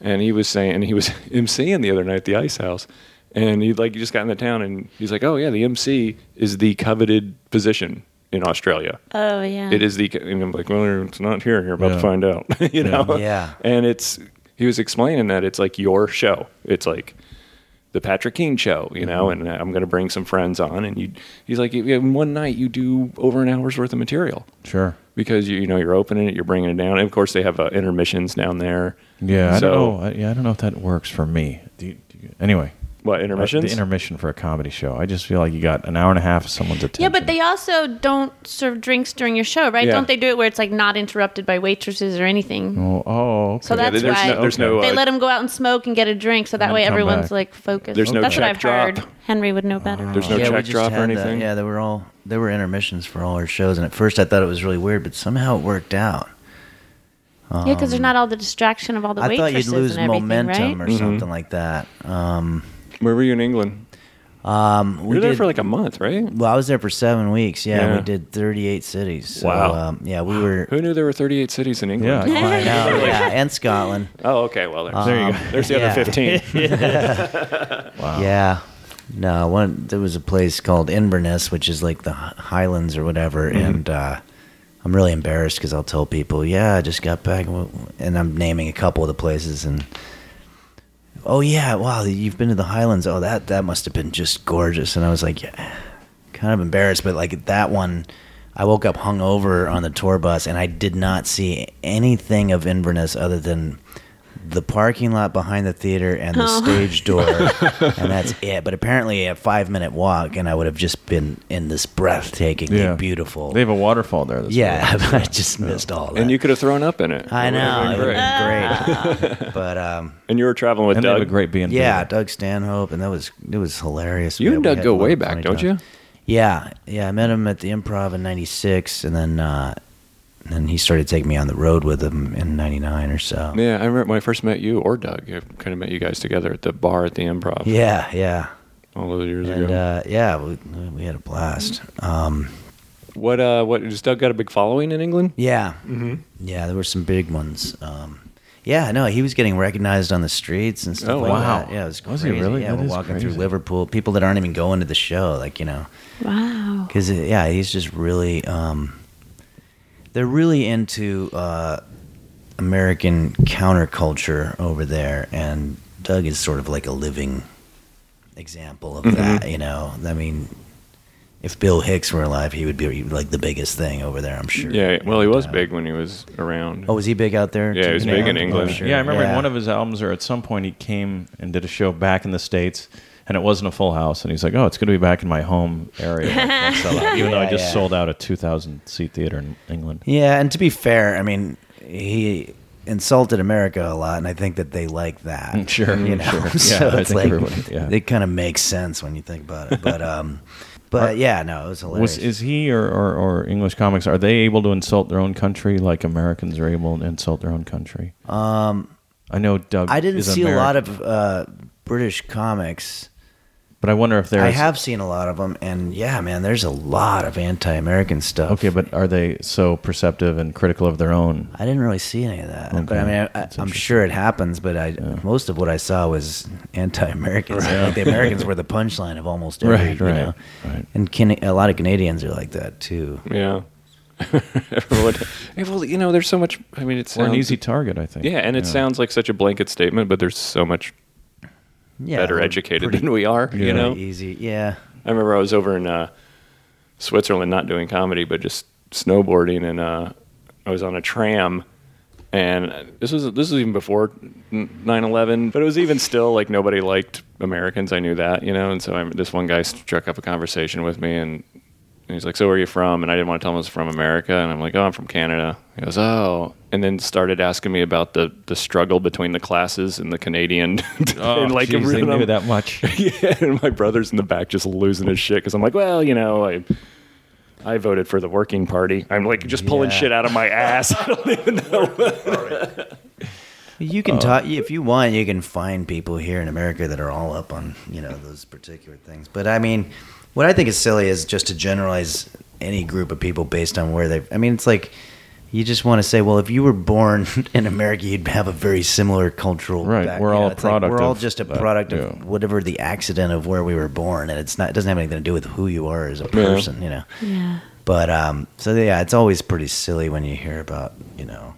B: and he was saying he was MCing the other night at the Ice House, and he like he just got in the town, and he's like, "Oh yeah, the MC is the coveted position in Australia."
A: oh yeah.
C: Mm-hmm.
B: It is the. And I'm like, well, it's not here. You're about
D: Yeah.
B: to find out. you know.
C: Yeah.
B: And it's he was explaining that it's like your show. It's like the Patrick King show. You know.
D: Mm-hmm.
B: And I'm going to bring some friends on, and you. He's like, in one night you do over an hour's worth of material
D: sure.
B: because you you know you're opening it, you're bringing it down. And of course, they have uh, intermissions down there.
D: Yeah, I
B: So-
D: don't know. I, yeah, I don't know if that works for me. Do you, do you- anyway,
B: What
D: uh,
B: intermissions?
D: The intermission for a comedy show. I just feel like you got an hour and a half of someone's attention.
A: yeah, but they also don't serve drinks during your show, right?
B: Yeah.
A: Don't they do it where it's like not interrupted by waitresses or anything?
D: Oh, oh okay.
A: So that's
B: there's
A: why
B: no- there's no,
A: they
B: uh,
A: let him go out and smoke and get a drink, so that
D: then
A: way
D: come
A: everyone's
D: back.
A: like focused.
B: There's no
A: That's what
B: check
A: I've heard.
B: drop.
A: Henry would know better.
B: There's no
C: yeah, we
B: check
C: just
B: drop or
C: had the-
B: anything.
C: yeah, there were all there were intermissions for all our shows, and at first I thought it was really weird, but somehow it worked out.
A: yeah, because there's not all the distraction of all the
C: I thought
A: waitresses
C: you'd lose
A: and everything,
C: momentum
A: right?
B: Mm-hmm.
C: or something like that. Um,
B: Where were you in England?
C: um,
B: You
C: we
B: were there
C: did-
B: for like a month, right?
C: well, I was there for seven weeks. Yeah, and
B: Yeah.
C: we did thirty-eight cities. So,
B: Wow.
C: Um, yeah, we were.
B: Who knew there were 38 cities in England?
D: yeah.
C: I know, yeah, Uh-huh. and Scotland. Um,
B: Oh, okay. Well, there's,
D: There you go.
B: there's the
C: yeah.
B: other 15.
D: wow.
C: Yeah. No, one there was a place called Inverness, which is like the Hi- Highlands or whatever, and uh, I'm really embarrassed because I'll tell people, yeah, I just got back, w- w- and I'm naming a couple of the places, and oh yeah, wow, you've been to the Highlands, oh that that must have been just gorgeous, and I was like, yeah, kind of embarrassed, but like that one. I woke up hungover on the tour bus and I did not see anything of Inverness other than the parking lot behind the theater and the stage door, and that's it. But apparently, a five minute walk, and I would have just been in this breathtaking,
D: Yeah.
C: beautiful.
D: They have a waterfall there. That's
C: yeah, I just missed all that.
B: and you could have thrown up in it.
C: I
B: It would've
C: know,
B: been
C: it would
B: great.
C: have been great. but um,
B: And you were traveling with
D: And they
B: Doug.
D: have a great B and
C: yeah, Doug Stanhope, and that was it was hilarious.
B: You
C: Yeah,
B: and
C: we
B: Doug
C: had
B: go
C: a lot
B: way
C: of
B: back,
C: funny
B: don't
C: times.
B: you?
C: Yeah, yeah. I met him at the Improv in '96, and then uh, then he started taking me on the road with him in '99 or so.
B: Yeah, I remember when I first met you or Doug. I kind of met you guys together at the bar at the Improv.
C: Yeah, yeah.
B: all those years
C: And
B: ago.
C: uh, yeah, we, we had a blast. Um,
B: what? Uh, what? Has Doug got a big following in England?
C: Yeah. Mm-hmm. Yeah, there were some big ones. Um, yeah, no, he was getting recognized on the streets and stuff
B: Oh,
C: like
D: wow.
C: that. Yeah, it was crazy.
D: Was he really?
C: Yeah,
D: That
C: we're
D: is
C: walking
D: crazy.
C: through Liverpool, people that aren't even going to the show, like, you know.
A: Wow.
C: Because, uh, yeah, he's just really, um, they're really into uh, American counterculture over there. And Doug is sort of like a living example
B: Mm-hmm.
C: of that, you know. I mean, if Bill Hicks were alive, he would be like the biggest thing over there, I'm sure.
B: Yeah. Well, he was
C: Yeah.
B: big when he was around.
C: Oh, was he big out there?
B: Yeah, he was
C: too?
B: big in England.
C: sure.
D: Yeah, I remember in one of his albums, or at some point, he came and did a show back in the states, and it wasn't a full house. And he's like, "Oh, it's going to be back in my home area," I'll sell out," even though I
C: Yeah,
D: just
C: yeah.
D: sold out a two thousand seat theater in England.
C: Yeah, and to be fair, I mean, he insulted America a lot, and I think that they like that.
D: Mm, Sure,
C: you know.
D: sure. Yeah,
C: so
D: I
C: it's
D: think
C: like
D: everybody- yeah.
C: it kind of makes sense when you think about it. But um, but yeah, no, it was hilarious.
D: Was is he or, or, or English comics are they able to insult their own country like Americans are able to insult their own country? Um, I know Doug.
C: I didn't
D: is
C: see a
D: Ameri-
C: lot of uh, British comics.
D: but I wonder if there's.
C: I have seen a lot of them, and yeah, man, there's a lot of anti-American stuff.
D: Okay, but are they so perceptive and critical of their own?
C: I didn't really see any of that. But
D: Okay.
C: I mean, I, I,
D: That's
C: I'm
D: interesting.
C: sure it happens. But I, most of what I saw was anti-American. stuff. Like the Americans were the punchline of almost every.
D: Right,
C: you
D: right,
C: know?
D: right.
C: And Can, a lot of Canadians are like that too.
B: Yeah. Everyone. Hey, well, you know, there's so much. I mean, it sounds
D: Or an easy target, I think.
B: Yeah, and it sounds like such a blanket statement, but there's so much
C: Yeah,
B: better
C: we're
B: educated
C: pretty-
B: than we are. You
D: Yeah.
B: know,
C: Pretty easy. Yeah.
B: I remember I was over in uh, Switzerland, not doing comedy, but just snowboarding, and uh, I was on a tram. And this was this was even before 9/11, but it was even still like nobody liked Americans. I knew that, you know. And so I, this one guy struck up a conversation with me, and, and he's like, "So where are you from?" And I didn't want to tell him I was from America, and I'm like, "Oh, I'm from Canada." He goes, "Oh," and then started asking me about the the struggle between the classes and the Canadian.
D: Oh,
B: and like
D: geez, they
B: and
D: knew
B: I'm-
D: that much.
B: yeah, and my brother's in the back just losing his shit because I'm like, well, you know, I I voted for the working party. I'm like just pulling
C: Yeah.
B: shit out of my ass. I don't even know.
C: You
D: Uh,
C: can talk if you want. You can find people here in America that are all up on you know those particular things. But I mean, what I think is silly is just to generalize any group of people based on where they. I mean, it's like you just want to say, well, if you were born in America, you'd have a very similar cultural.
D: Right,
C: back-
D: we're
C: you
D: all
C: know,
D: a
C: it's like
D: product
C: we're all
D: of
C: just a
D: that,
C: product
D: yeah.
C: of whatever the accident of where we were born, and it's not. It doesn't have anything to do with who you are as a person. You know.
A: Yeah.
C: But um, so yeah, it's always pretty silly when you hear about you know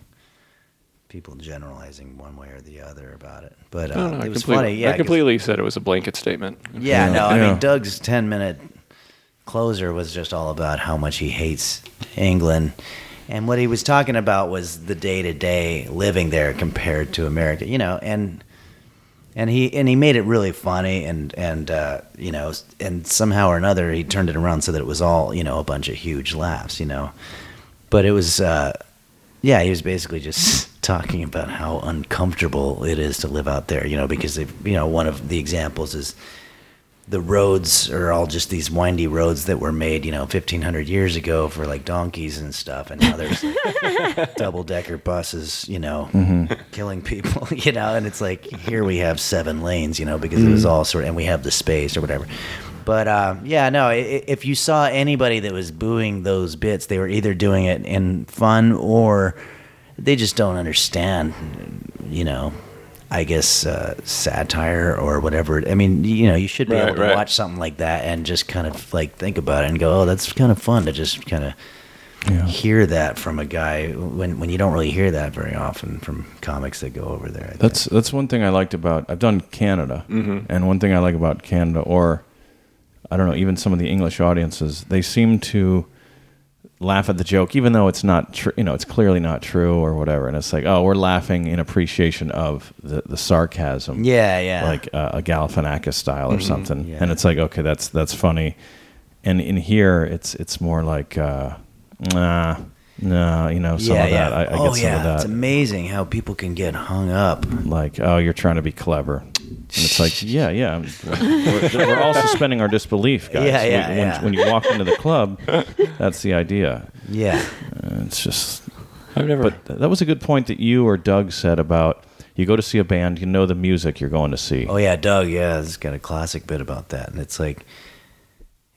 C: people generalizing one way or the other about it. But uh, it was funny. Yeah,
B: I
C: 'cause-
B: completely said it was a blanket statement.
C: Yeah, no, I
D: Yeah.
C: mean Doug's ten minute closer was just all about how much he hates England. And what he was talking about was the day to day living there compared to America, you know, and and he and he made it really funny and and uh, you know and somehow or another he turned it around so that it was all you know a bunch of huge laughs you know but it was uh, yeah he was basically just talking about how uncomfortable it is to live out there you know because they you know one of the examples is the roads are all just these windy roads that were made you know 1500 years ago for like donkeys and stuff and now there's double decker buses, you know,
B: Mm-hmm.
C: killing people, you know, and it's like here we have seven lanes, you know, because it was
B: Mm-hmm.
C: all sort and we have the space or whatever. But um, yeah, no, i- i- if you saw anybody that was booing those bits, they were either doing it in fun or they just don't understand, you know. I guess uh, satire or whatever. I mean, you know, you should be
B: Right,
C: able to
B: right.
C: watch something like that and just kind of like think about it and go, "Oh, that's kind of fun to just kind of
D: Yeah.
C: hear that from a guy when, when you don't really hear that very often from comics that go over there. I think.
D: That's that's one thing I liked about I've done Canada,
C: Mm-hmm.
D: and one thing I like about Canada, or I don't know, even some of the English audiences, they seem to laugh at the joke, even though it's not true. You know, it's clearly not true or whatever. And it's like, oh, we're laughing in appreciation of the, the sarcasm.
C: Yeah, yeah. Mm-hmm.
D: like uh, a Galifianakis style or something.
C: yeah.
D: And it's like, okay, that's that's funny. And in here, it's it's more like, uh, nah, nah, you know, some
C: yeah,
D: of that.
C: yeah.
D: I, I
C: oh,
D: get some
C: yeah.
D: of that
C: It's amazing how people can get hung up.
D: like, oh, you're trying to be clever. And it's like, yeah, yeah. I'm- We're, we're all suspending our disbelief, guys.
C: Yeah, yeah,
D: when,
C: yeah.
D: when you walk into the club, that's the idea.
C: Yeah.
D: Uh, it's just
B: I've never.
D: but th- that was a good point that you or Doug said about you go to see a band, you know the music you're going to see.
C: Oh, yeah, Doug. Yeah, he's got a classic bit about that. And it's like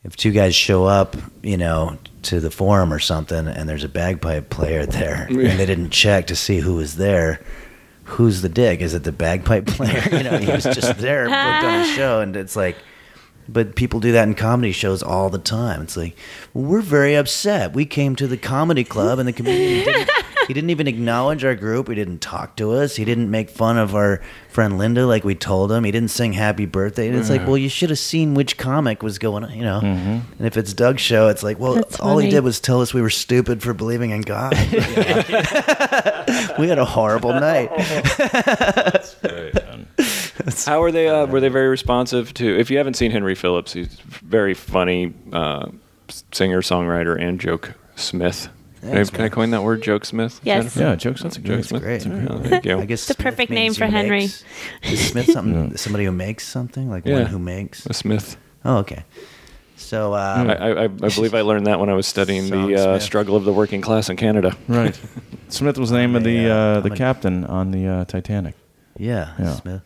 C: if two guys show up, you know, to the forum or something and there's a bagpipe player there and they didn't check to see who was there. Who's the dick? Is it the bagpipe player? You know, he was just there booked on a show, and it's like, But people do that in comedy shows all the time. It's like we're very upset. We came to the comedy club and the comedian didn't, he didn't even acknowledge our group. He didn't talk to us. He didn't make fun of our friend Linda like we told him. He didn't sing happy birthday. And it's like, well, you should have seen which comic was going on, you know. And if it's Doug's show, it's like, well,
A: That's
C: all he
A: funny.
C: did was tell us we were stupid for believing in God. we had a horrible night.
B: How are they? Uh, were they very responsive to? If you haven't seen Henry Phillips, he's very funny uh, singer, songwriter, and joke smith. Can I-
C: Thanks,
B: can I
C: man.
B: coin that word, joke smith?
A: Yes.
B: Jennifer?
D: Yeah, jokes. That's a
B: joke
D: joke.
B: smith.
C: great.
B: Yeah, thank you.
C: I guess
A: the
C: Smith
A: perfect
C: means
A: name for
C: who
A: Henry.
C: makes- Is Smith something? somebody who makes something like
B: Yeah.
C: one who makes.
B: A smith.
C: Oh, okay. So
B: I,
C: um,
B: I, I believe I learned that when I was studying
C: Song
B: the uh,
C: Smith.
B: struggle of the working class in Canada.
D: Right. Smith was the name of the
C: Yeah,
D: uh,
C: I'm
D: the
C: a-
D: captain on the uh, Titanic.
C: yeah,
D: Yeah.
C: Smith.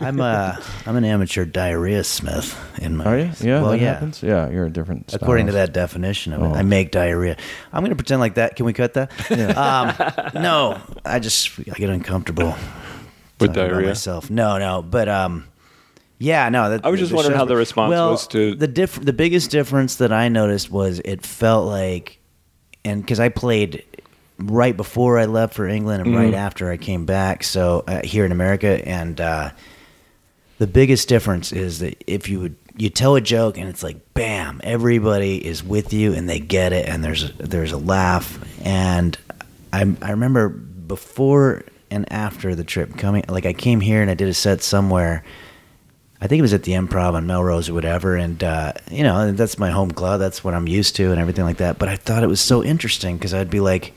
C: I'm a I'm an amateur diarrhea smith in my.
D: Are you? Yeah,
C: Well,
D: that
C: yeah.
D: happens. Yeah, you're a different. Style.
C: According to that definition of it,
D: Oh.
C: I make diarrhea. I'm going to pretend like that. Can we cut that? Um, no, I just I get
B: With
C: uncomfortable talking about
B: diarrhea?
C: Myself. No, no, but um, yeah, no. That,
B: I was just wondering
C: show's
B: how the
C: were-
B: response
C: well,
B: was to-
C: the diff- The biggest difference that I noticed was it felt like, and because I played right before
B: Mm-hmm.
C: I left for England and right after I came back, so uh, here in America, and uh, the biggest difference is that if you would you tell a joke and it's like bam everybody is with you and they get it and there's a, there's a laugh and I I remember before and after the trip coming like I came here and I did a set somewhere I think it was at the Improv on Melrose or whatever, and uh, you know that's my home club. That's what I'm used to and everything like that. But I thought it was so interesting because I'd be like,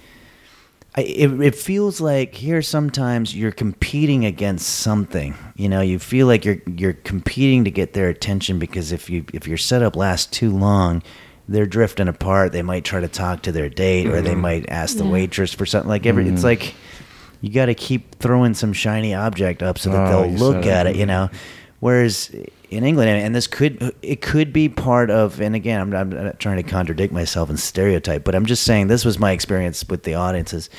C: I, it, it feels like here sometimes you're competing against something. You know, you feel like you're you're competing to get their attention because if you if your setup lasts too long, they're drifting apart. They might try to talk to their date or
D: Mm-hmm.
C: they might ask the waitress for something. Like every, it's like you got to keep throwing some shiny object up so that
D: Oh,
C: they'll
D: you
C: look at
D: said it.
C: it. You know, whereas in England, and this could it could be part of. And again, I'm, I'm not trying to contradict myself and stereotype, but I'm just saying this was my experience with the audiences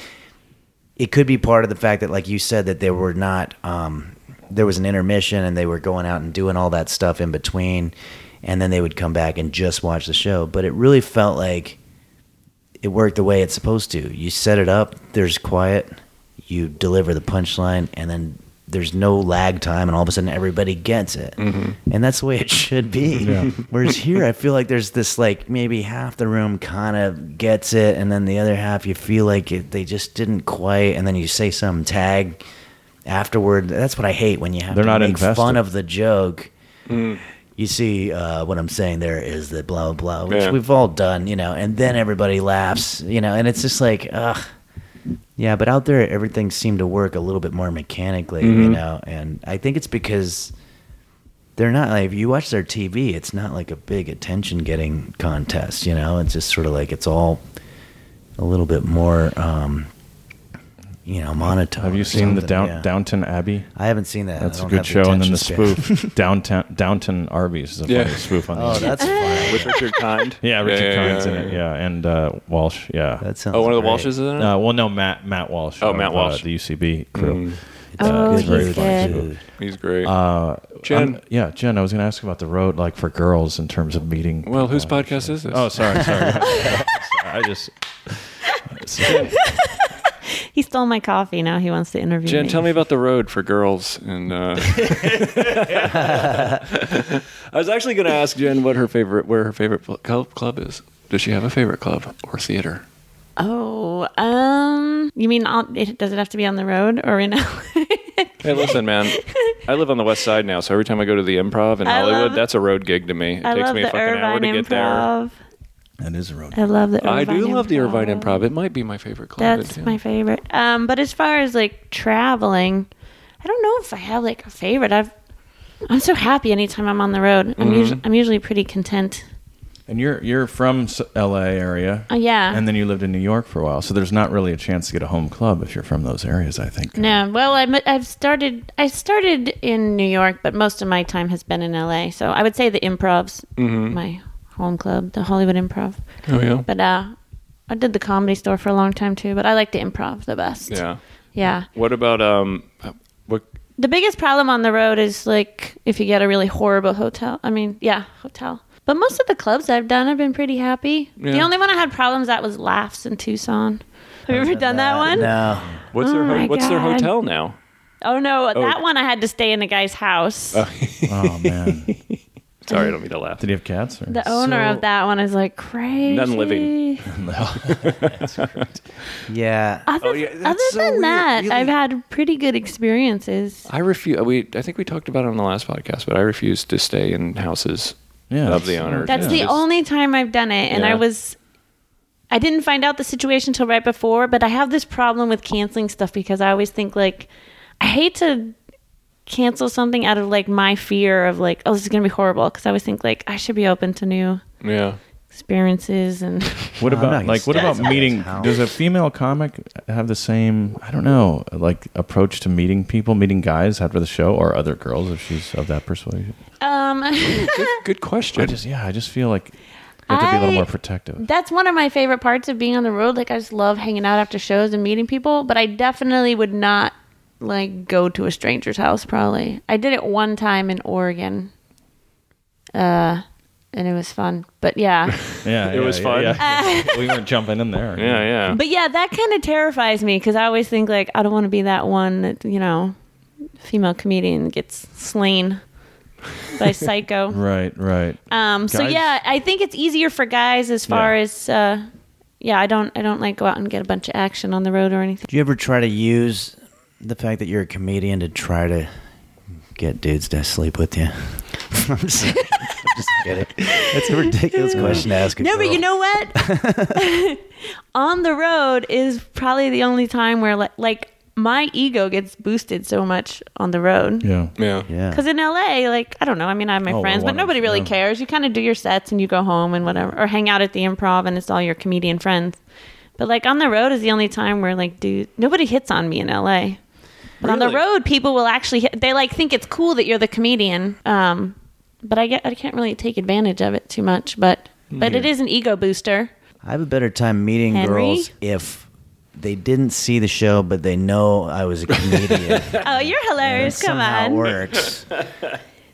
C: it could be part of the fact that, like you said, that they were not. Um, there was an intermission, and they were going out and doing all that stuff in between, and then they would come back and just watch the show. But it really felt like it worked the way it's supposed to. You set it up. There's quiet. You deliver the punchline, and then there's no lag time, and all of a sudden everybody gets it. And that's the way it should be. Whereas here, I feel like there's this like maybe half the room kind of gets it, and then the other half you feel like it, they just didn't quite, and then you say some tag afterward. That's what I hate when you have
D: They're
C: to
D: not
C: make
D: invested.
C: fun of the joke. You see, uh, what I'm saying there is that blah blah, blah which
B: Yeah.
C: we've all done, you know, and then everybody laughs, you know, and it's just like, ugh. Yeah, but out there, everything seemed to work a little bit more mechanically,
D: Mm-hmm.
C: you know, and I think it's because they're not like if you watch their TV, it's not like a big attention getting contest, you know. It's just sort of like it's all a little bit more, um, you know, monotone.
D: Have
C: or
D: you seen the
C: something,
D: Down,
C: yeah.
D: Downton Abbey?
C: I haven't seen that. I
D: That's a
C: don't
D: good
C: have
D: show. and then the
C: attention span.
D: spoof Downtown Downton Arby's is a
B: Yeah.
D: funny spoof on the
C: Oh,
D: internet.
C: that's fine.
B: with Richard Kind.
D: yeah, Richard
B: yeah,
D: Collins
B: yeah,
D: in it. Yeah, and uh, Walsh. Yeah,
C: That sounds.
B: Oh, one of the
C: great.
B: Walshes is in it.
D: Uh, well, no, Matt Matt Walsh.
B: Oh,
D: of,
B: Matt Walsh. Mm.
D: uh, the UCB crew.
C: Uh,
A: Oh,
D: it's very
A: he's
D: funny.
A: good.
B: He's great.
D: Uh,
B: Jen.
D: I'm- yeah, Jen. I was going to ask about the road, like for girls, in terms of meeting.
B: well, whose
D: people.
B: podcast is this?
D: Oh, sorry, sorry. Sorry, I just.
A: He stole my coffee. Now he wants to interview
B: Jen,
A: me.
B: tell me about the road for girls. And uh, I was actually going to ask Jen what her favorite, where her favorite pl- club club is. Does she have a favorite club or theater?
A: Oh, um, you mean on, it, does it have to be on the road or in LA?
B: Hey, listen, man. I live on the west side now, so every time I go to the Improv in
A: I
B: Hollywood,
A: love-
B: that's a road gig to me. It
A: I
B: takes
A: love
B: me a
A: the
B: fucking hour
A: Irvine
B: to get there.
A: Improv.
D: That is a road.
A: I love the.
B: I
A: Irvine
B: do love the Irvine Improv. It might be my favorite club.
A: That's
B: in town.
A: my favorite. Um, but as far as like traveling, I don't know if I have like a favorite. I've I'm so happy anytime I'm on the road.
B: Mm-hmm.
A: I'm usually I'm usually pretty content.
D: And you're you're from s- L.A. area.
A: Oh, yeah.
D: And then you lived in New York for a while, so there's not really a chance to get a home club if you're from those areas. I think.
A: No, well, I'm, I've started. I started in New York, but most of my time has been in LA. So I would say the Improv's my home club, the Hollywood Improv.
B: Oh yeah.
A: But uh, I did the Comedy Store for a long time too. But I like the Improv the best.
B: Yeah.
A: Yeah.
B: What about um? What
A: The biggest problem on the road is like if you get a really horrible hotel. I mean, yeah, hotel. But most of the clubs I've done, I've been pretty happy. The
B: Yeah.
A: only one I had problems at was Laughs in Tucson. Have you ever done that one?
C: Uh, No.
B: What's their
A: Oh
B: ho-
A: my
B: What's their
A: God.
B: hotel now?
A: Oh no, that one I had to stay in a guy's house.
D: Oh man. Did
B: Sorry, I don't mean to laugh.
D: he have cats? Or?
A: The owner
C: So-
A: of that one is like crazy.
B: None living.
C: Yeah.
A: Other,
B: Oh, yeah, that's
A: other
B: so
A: than
B: weird,
A: that,
B: really.
A: I've had pretty good experiences.
B: I refuse. We I think we talked about it on the last podcast, but I refuse to stay in houses
D: Yeah,
B: of the
D: that's-
B: owners.
A: That's
B: yeah.
A: the
B: Just-
A: only time I've done it, and
B: Yeah.
A: I was. I didn't find out the situation till right before, but I have this problem with canceling stuff because I always think like I hate to cancel something out of like my fear of like oh this is going to be horrible because I always think like I should be open to new
B: Yeah.
A: experiences and
D: What
C: I'm not
D: about
C: gonna
D: like what
C: stand
D: about
C: outside
D: meeting?
C: his house.
D: Does a female comic have the same I don't know like approach to meeting people, meeting guys after the show or other girls if she's of that persuasion?
A: um
B: Good, good question.
D: I just yeah, I just feel like you have to be a little
A: I-
D: more protective.
A: That's one of my favorite parts of being on the road. Like I just love hanging out after shows and meeting people, but I definitely would not like go to a stranger's house probably. I did it one time in Oregon. Uh and it was fun. But yeah.
D: Yeah,
B: It was fun.
D: we weren't jumping in there.
B: yeah, yeah.
A: but yeah, that kind of terrifies me cuz I always think like I don't want to be that one that, you know, female comedian gets slain. by Psycho.
D: Right, right.
A: Um, so
D: Guys?
A: yeah, I think it's easier for guys as far
D: Yeah.
A: as uh, yeah. I don't I don't like go out and get a bunch of action on the road or anything.
C: Do you ever try to use the fact that you're a comedian to try to get dudes to sleep with you? I'm just, I'm just kidding. That's a ridiculous question to ask. a
A: No, but
C: girl.
A: you know what? on the road is probably the only time where like, like my ego gets boosted so much on the road.
D: Yeah.
B: Yeah.
C: Yeah.
A: Because in LA, like, I don't know. I mean, I have my
D: Oh, well,
A: friends,
D: why
A: but
D: not?
A: nobody really
D: Yeah.
A: cares. You kind of do your sets and you go home and whatever, or hang out at the improv and it's all your comedian friends. But like on the road is the only time where like, dude, nobody hits on me in LA. But on the
B: Really?
A: road, people will actually hit, they like think it's cool that you're the comedian. Um, but I get I can't really take advantage of it too much. But but it is an ego booster.
C: I have a better time meeting
A: Henry?
C: girls if they didn't see the show, but they know I was a comedian.
A: Oh, you're hilarious! Come
C: somehow
A: on.
C: works.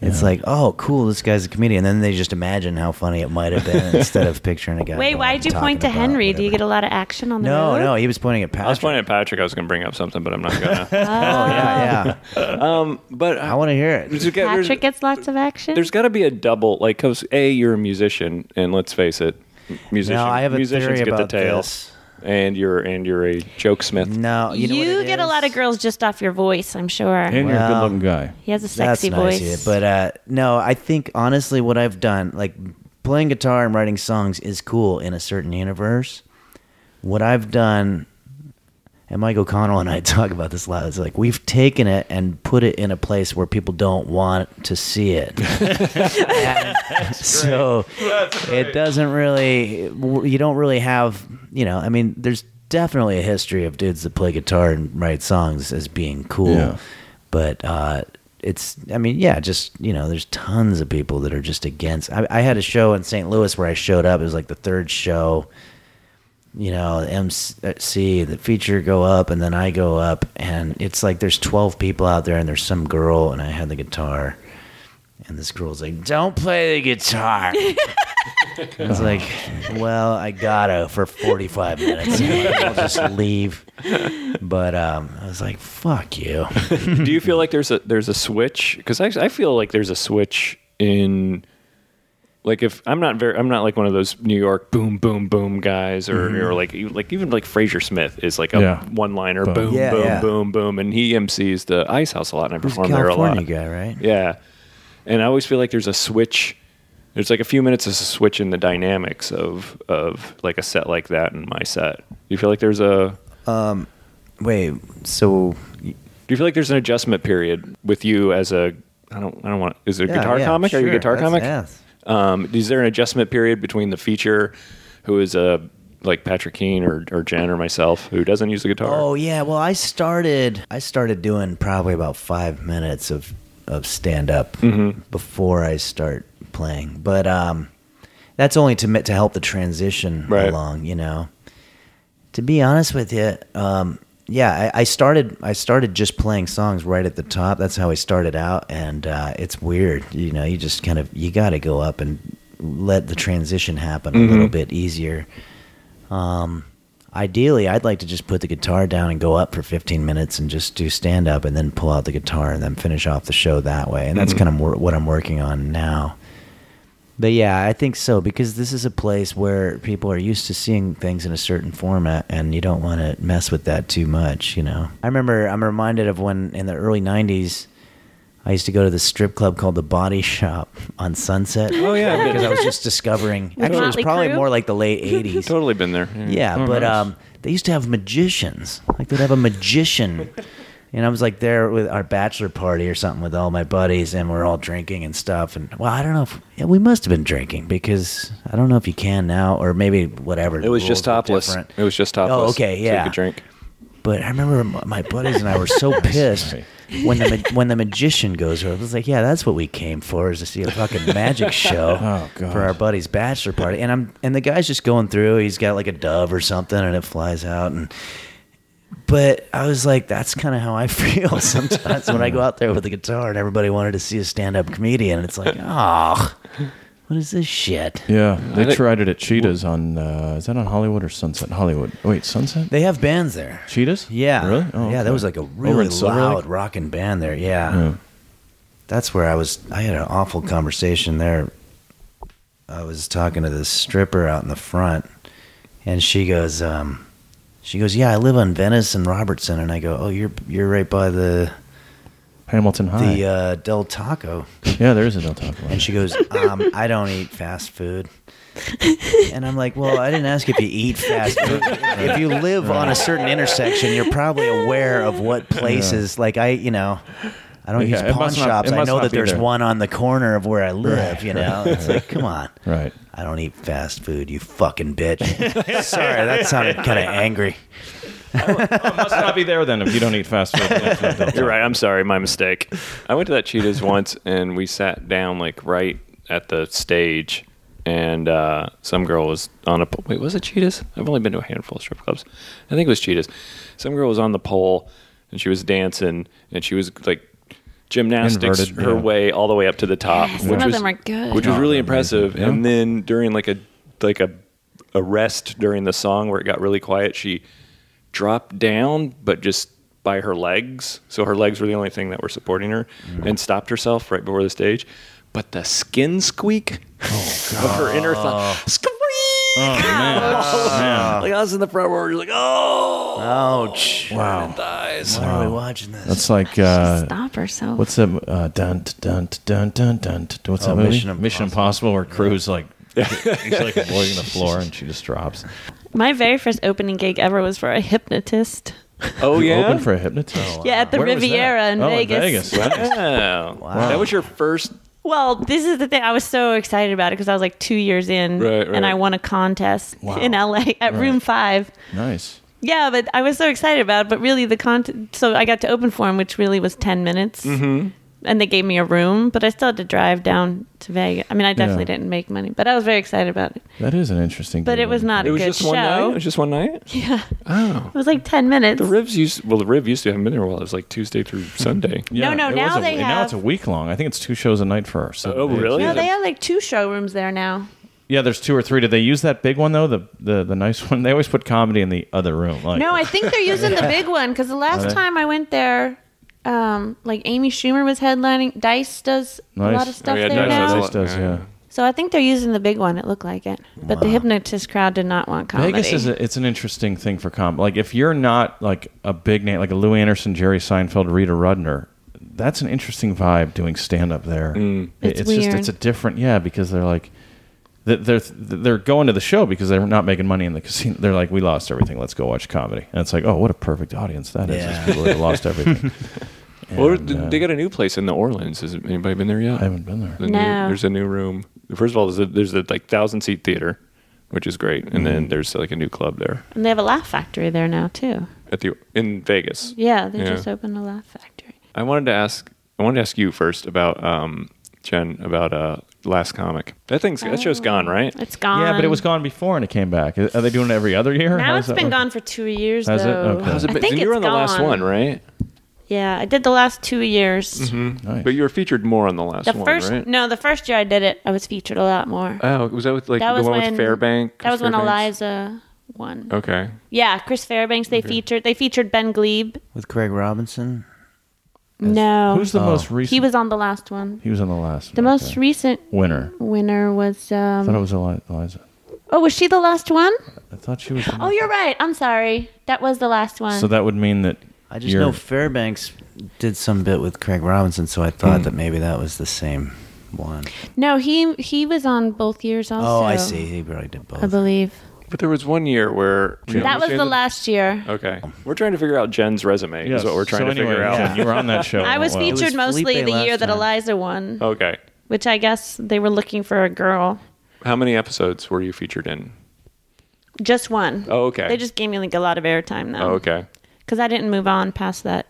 C: It's like, oh, cool, this guy's a comedian. And then they just imagine how funny it might have been instead of picturing a guy.
A: Wait,
C: going
A: why'd you
C: talking
A: point to
C: about
A: Henry? Do you
C: whatever.
A: get a lot of action on the
C: No,
A: road?
C: no, he was pointing at
B: I was
C: Patrick.
B: pointing at Patrick. I was going to bring up something, but I'm not going to.
A: Uh,
C: yeah, yeah.
B: But uh,
C: I want to hear it.
B: there's got- there's-
A: Patrick gets lots of action.
B: there's got to be a double, like, because A, you're a musician, and let's face it, m- musician,
C: No, I have a
B: musicians
C: theory
B: get
C: about
B: the tail.
C: this.
B: And you're and you're a jokesmith.
C: No, you,
A: you,
C: know what it
A: get a
C: is?
A: lot of girls just off your voice, I'm sure.
D: And you're a good looking guy.
A: he has a
C: That's
A: sexy
C: nice
A: voice.
C: of you, but uh, no, I think honestly, what I've done, like playing guitar and writing songs, is cool in a certain universe. What I've done, and Mike O'Connell and I talk about this a lot. It's like we've taken it and put it in a place where people don't want to see it. so it doesn't really you don't really have you know i mean there's definitely a history of dudes that play guitar and write songs as being cool
D: Yeah.
C: but uh it's i mean yeah just you know there's tons of people that are just against I, I had a show in st louis where i showed up it was like the third show you know the mc the feature go up and then i go up and it's like there's 12 people out there and there's some girl and i had the guitar and this girl's like, "Don't play the guitar." I was like, "Well, I gotta for 45 minutes. I'll just leave." But um, I was like, "Fuck you."
B: Do you feel like there's a there's a switch? Because I I feel like there's a switch in like if I'm not very I'm not like one of those New York boom boom boom guys or or like you- like even like Fraser Smith is like a
D: Mm-hmm. Yeah.
B: one liner
D: Boom.
B: boom boom
C: Yeah,
B: boom,
C: yeah.
B: boom and he MCs the Ice House a lot and I
C: He's a
B: perform there a
C: California
B: lot.
C: guy, right?
B: Yeah, and I always feel like there's a switch. There's like a few minutes as a switch in the dynamics of of like a set like that and my set. Do you feel like there's a
C: Wait, so
B: do you feel like there's an adjustment period with you as a I don't I don't want is it a
C: Yeah,
B: guitar
C: yeah,
B: comic? Are you a
C: sure,
B: guitar
C: that's-
B: comic?
C: yes.
B: Um, is there an adjustment period between the feature who is a like Patrick Keane or, or Jen or myself who doesn't use the guitar?
C: Oh yeah, well I started I started doing probably about five minutes of of stand up before I start playing, but um, that's only to ma- to help the transition
B: Right.
C: along, you know. To be honest with you, um, yeah, I, I started I started just playing songs right at the top. That's how I started out, and uh, it's weird, you know. You just kind of you got to go up and let the transition happen a little bit easier. Um, ideally, I'd like to just put the guitar down and go up for 15 minutes and just do stand up and then pull out the guitar and then finish off the show that way. And that's
B: Mm-hmm.
C: kind of wor- what I'm working on now. But yeah, I think so because this is a place where people are used to seeing things in a certain format, and you don't want to mess with that too much. You know, I remember I'm reminded of when in the early '90s, I used to go to this strip club called the Body Shop on Sunset.
B: Oh, yeah, I've been
C: because I was just discovering. Actually, it was
A: Motley
C: probably
A: Crue?
C: more like the late '80s.
B: Totally been there.
C: Yeah,
D: Oh,
C: but
D: nice.
C: um, they used to have magicians. Like they'd have a magician. and I was like there with our bachelor party or something with all my buddies, and we're all drinking and stuff. And well, I don't know if yeah, we must have been drinking because I don't know if you can now or maybe whatever.
B: It was
C: the
B: just
C: rules were
B: topless.
C: different.
B: It was just topless.
C: Oh, okay,
B: So you
C: yeah.
B: could drink.
C: But I remember m- my buddies and I were so pissed
D: Sorry.
C: when the ma- when the magician goes over. I was like, "Yeah, that's what we came for is to see a fucking magic show
D: Oh, God.
C: for our buddy's bachelor party." And I'm and the guy's just going through. He's got like a dove or something, and it flies out. And but I was like, "That's kind of how I feel sometimes when I go out there with a guitar and everybody wanted to see a stand up comedian." And it's like, "Oh, what is this shit?"
D: Yeah. They
B: think-
D: tried it at Cheetah's on, uh, is that on Hollywood or Sunset? Hollywood. Wait, Sunset?
C: They have bands there.
D: Cheetahs?
C: Yeah.
D: Really? Oh,
C: yeah,
D: okay.
C: that was like a
D: Over in
C: really
D: Silver
C: loud
D: Lake?
C: rocking band there. Yeah.
D: Yeah.
C: that's where I was. I had an awful conversation there. I was talking to this stripper out in the front, and she goes, um, she goes, yeah, I live on Venice and Robertson, and I go, oh, you're you're right by the
D: Hamilton High.
C: the uh, Del Taco,
D: yeah, there is a Del Taco.
C: and she goes, um, I don't eat fast food. And I'm like, well, I didn't ask if you eat fast food. If you live on a certain intersection, you're probably aware of what places. Like I, you know, I don't
D: Yeah, it
C: use pawn
D: must not-
C: shops.
D: it
C: I
D: must
C: know
D: not
C: that
D: be
C: there's
D: there.
C: one on the corner of where I live. you know, it's like, come on.
D: right.
C: I don't eat fast food, you fucking bitch. Sorry, that sounded kind of angry.
D: It must not be there then if you don't eat fast food. That's not Del
B: You're
D: Taco.
B: right. I'm sorry. My mistake. I went to that Cheetahs once and we sat down like right at the stage. And uh, some girl was on a pole. Wait, was it Cheetahs? I've only been to a handful of strip clubs. I think it was Cheetahs. Some girl was on the pole and she was dancing and she was like gymnastics
D: Inverted,
B: her
D: yeah.
B: way all the way up to the top.
A: Yes, some of them are good.
B: Which was
D: Oh,
B: really
D: they're
B: impressive.
D: amazing.
B: And then during like a like a a rest during the song where it got really quiet, she dropped down, but just by her legs. So her legs were the only thing that were supporting her,
D: Mm-hmm.
B: and stopped herself right before the stage. But the skin squeak of her inner thigh, squeak.
D: Oh, man. Man.
B: Like I was in the front row, we were like, oh,
C: Ouch.
D: Wow.
B: thighs.
C: Why are we watching this?
D: That's like uh,
A: Stop herself.
D: what's that? Uh, dun t- dun t- dun dun dun. t- What's
C: Oh,
D: that movie?
C: Mission Impossible.
D: Mission Impossible, where Cruz like he's like avoiding the floor and she just drops.
A: My very first opening gig ever was for a hypnotist.
B: Oh
D: You
B: yeah. Oh,
D: open for a hypnotist.
A: Yeah, at the
D: Where was that?
A: Riviera in
D: Oh,
A: Vegas.
D: Nice.
B: Wow.
C: Wow.
B: That was your first.
A: Well, this is the thing. I was so excited about it because I was like two years in,
B: Right, right.
A: and I won a contest
D: Wow.
A: in LA at Room Five.
D: nice.
A: Yeah, but I was so excited about it. But really, the content. So I got to open for him, which really was ten minutes, mm-hmm. and they gave me a room. But I still had to drive down to Vegas. I mean, I definitely
D: Yeah.
A: didn't make money, but I was very excited about it.
D: That is an interesting.
A: But it was not
B: It
A: a
B: was
A: good
B: just
A: show.
B: one night. It was just one night.
A: yeah,
B: Oh.
A: it was like ten minutes.
B: The Rivs used well. The Riv used to have been there while it was like Tuesday through Sunday.
A: No, no,
D: it
A: now
D: was a-
A: they
D: and Now
A: have-
D: it's a week long. I think it's two shows a night for us.
B: Oh, really?
A: no, they have like two showrooms there now.
D: Yeah, there's two or three. Did they use that big one though? The the, the nice one. They always put comedy in the other room. Like,
A: No, I think they're using the big one because the last
D: Okay.
A: time I went there, um, like Amy Schumer was headlining. Dice does a
D: Nice.
A: lot of stuff
B: Oh, yeah,
A: there
B: Dice does
A: now.
B: a
D: Nice
B: lot.
D: does,
B: Yeah,
D: yeah.
B: yeah.
A: So I think they're using the big one. It looked like it, but the hypnotist crowd did not want comedy.
D: Vegas is a, it's an interesting thing for comedy. Like if you're not like a big name, like a Lou Anderson, Jerry Seinfeld, Rita Rudner, that's an interesting vibe doing stand up there. It-
A: It's
D: just
A: weird.
D: it's a different yeah because they're like th- they're they're going to the show because they're not making money in the casino. They're like we lost everything. Let's go watch comedy. And it's like oh what a perfect audience that is.
C: Yeah.
D: These people that lost everything.
B: Well,
D: And, uh,
B: they got a new place in the Orleans. Has anybody been there yet?
D: I haven't been there.
B: The new-
A: No.
B: there's a new room. First of all, there's a, there's a like thousand seat theater, which is great, and
A: Mm-hmm.
B: then there's like a new club there
A: and they have a laugh factory there now too.
B: at the in Vegas.
A: Yeah, they
B: Yeah.
A: just opened a laugh factory.
B: I wanted to ask. I wanted to ask you first about um, Jen about uh, last comic. That thing's that show's
A: Oh.
B: gone, right?
A: It's gone.
D: Yeah, but it was gone before and it came back. Are they doing it every other year?
A: Now
D: How
A: it's
D: does that
A: been
D: work?
A: gone for two years
D: Has it?
A: though.
D: Okay. How's
B: How's it
A: I
B: been-
A: think
B: you were
A: it's
B: on the last
A: gone.
B: one, right? Mm-hmm.
A: Yeah, I did the last two years.
D: Nice.
B: But you were featured more on the last
A: The
B: one,
A: first
B: right?
A: no, the first year I did it, I was featured a lot more.
B: Oh, was that with like
A: that
B: the
A: was
B: one
A: when
B: with Fairbank?
A: That was when
B: Fairbanks? Oh.
A: Eliza won.
B: Okay.
A: Yeah, Chris Fairbanks. They featured. They featured Ben Glebe.
C: With Craig Robinson,
A: No,
D: Who's the
C: Oh.
D: most recent?
A: he was on the last one.
D: He was on the last.
A: The
D: one,
A: most
D: okay.
A: recent
D: winner.
A: winner was.
D: I thought it
A: Um,
D: was Eli- Eliza.
A: oh, was she the last one?
D: I thought she was. the
A: Oh, you're right. I'm sorry. That was the last one.
D: most- So that would mean that.
C: I just
D: you're-
C: know Fairbanks did some bit with Craig Robinson, so I thought
B: Hmm.
C: that maybe that was the same one.
A: no, he he was on both years also.
C: oh, I see. He probably did both.
A: I believe
B: But there was one year where
A: that was the last year.
B: Okay, we're trying to figure out Jen's resume.
D: Yes.
B: Is what we're trying
D: so
B: to
D: anyway,
B: figure out.
D: Jen, you were on that show.
A: I was
D: Well,
A: featured
C: It was
A: mostly
C: Felipe
A: the year
C: last
A: that
C: time.
A: Eliza won,
B: Okay,
A: which I guess they were looking for a girl.
B: how many episodes were you featured in?
A: Just one.
B: Oh, okay.
A: They just gave me like a lot of airtime though.
B: Oh, okay,
A: Because I didn't move on past that.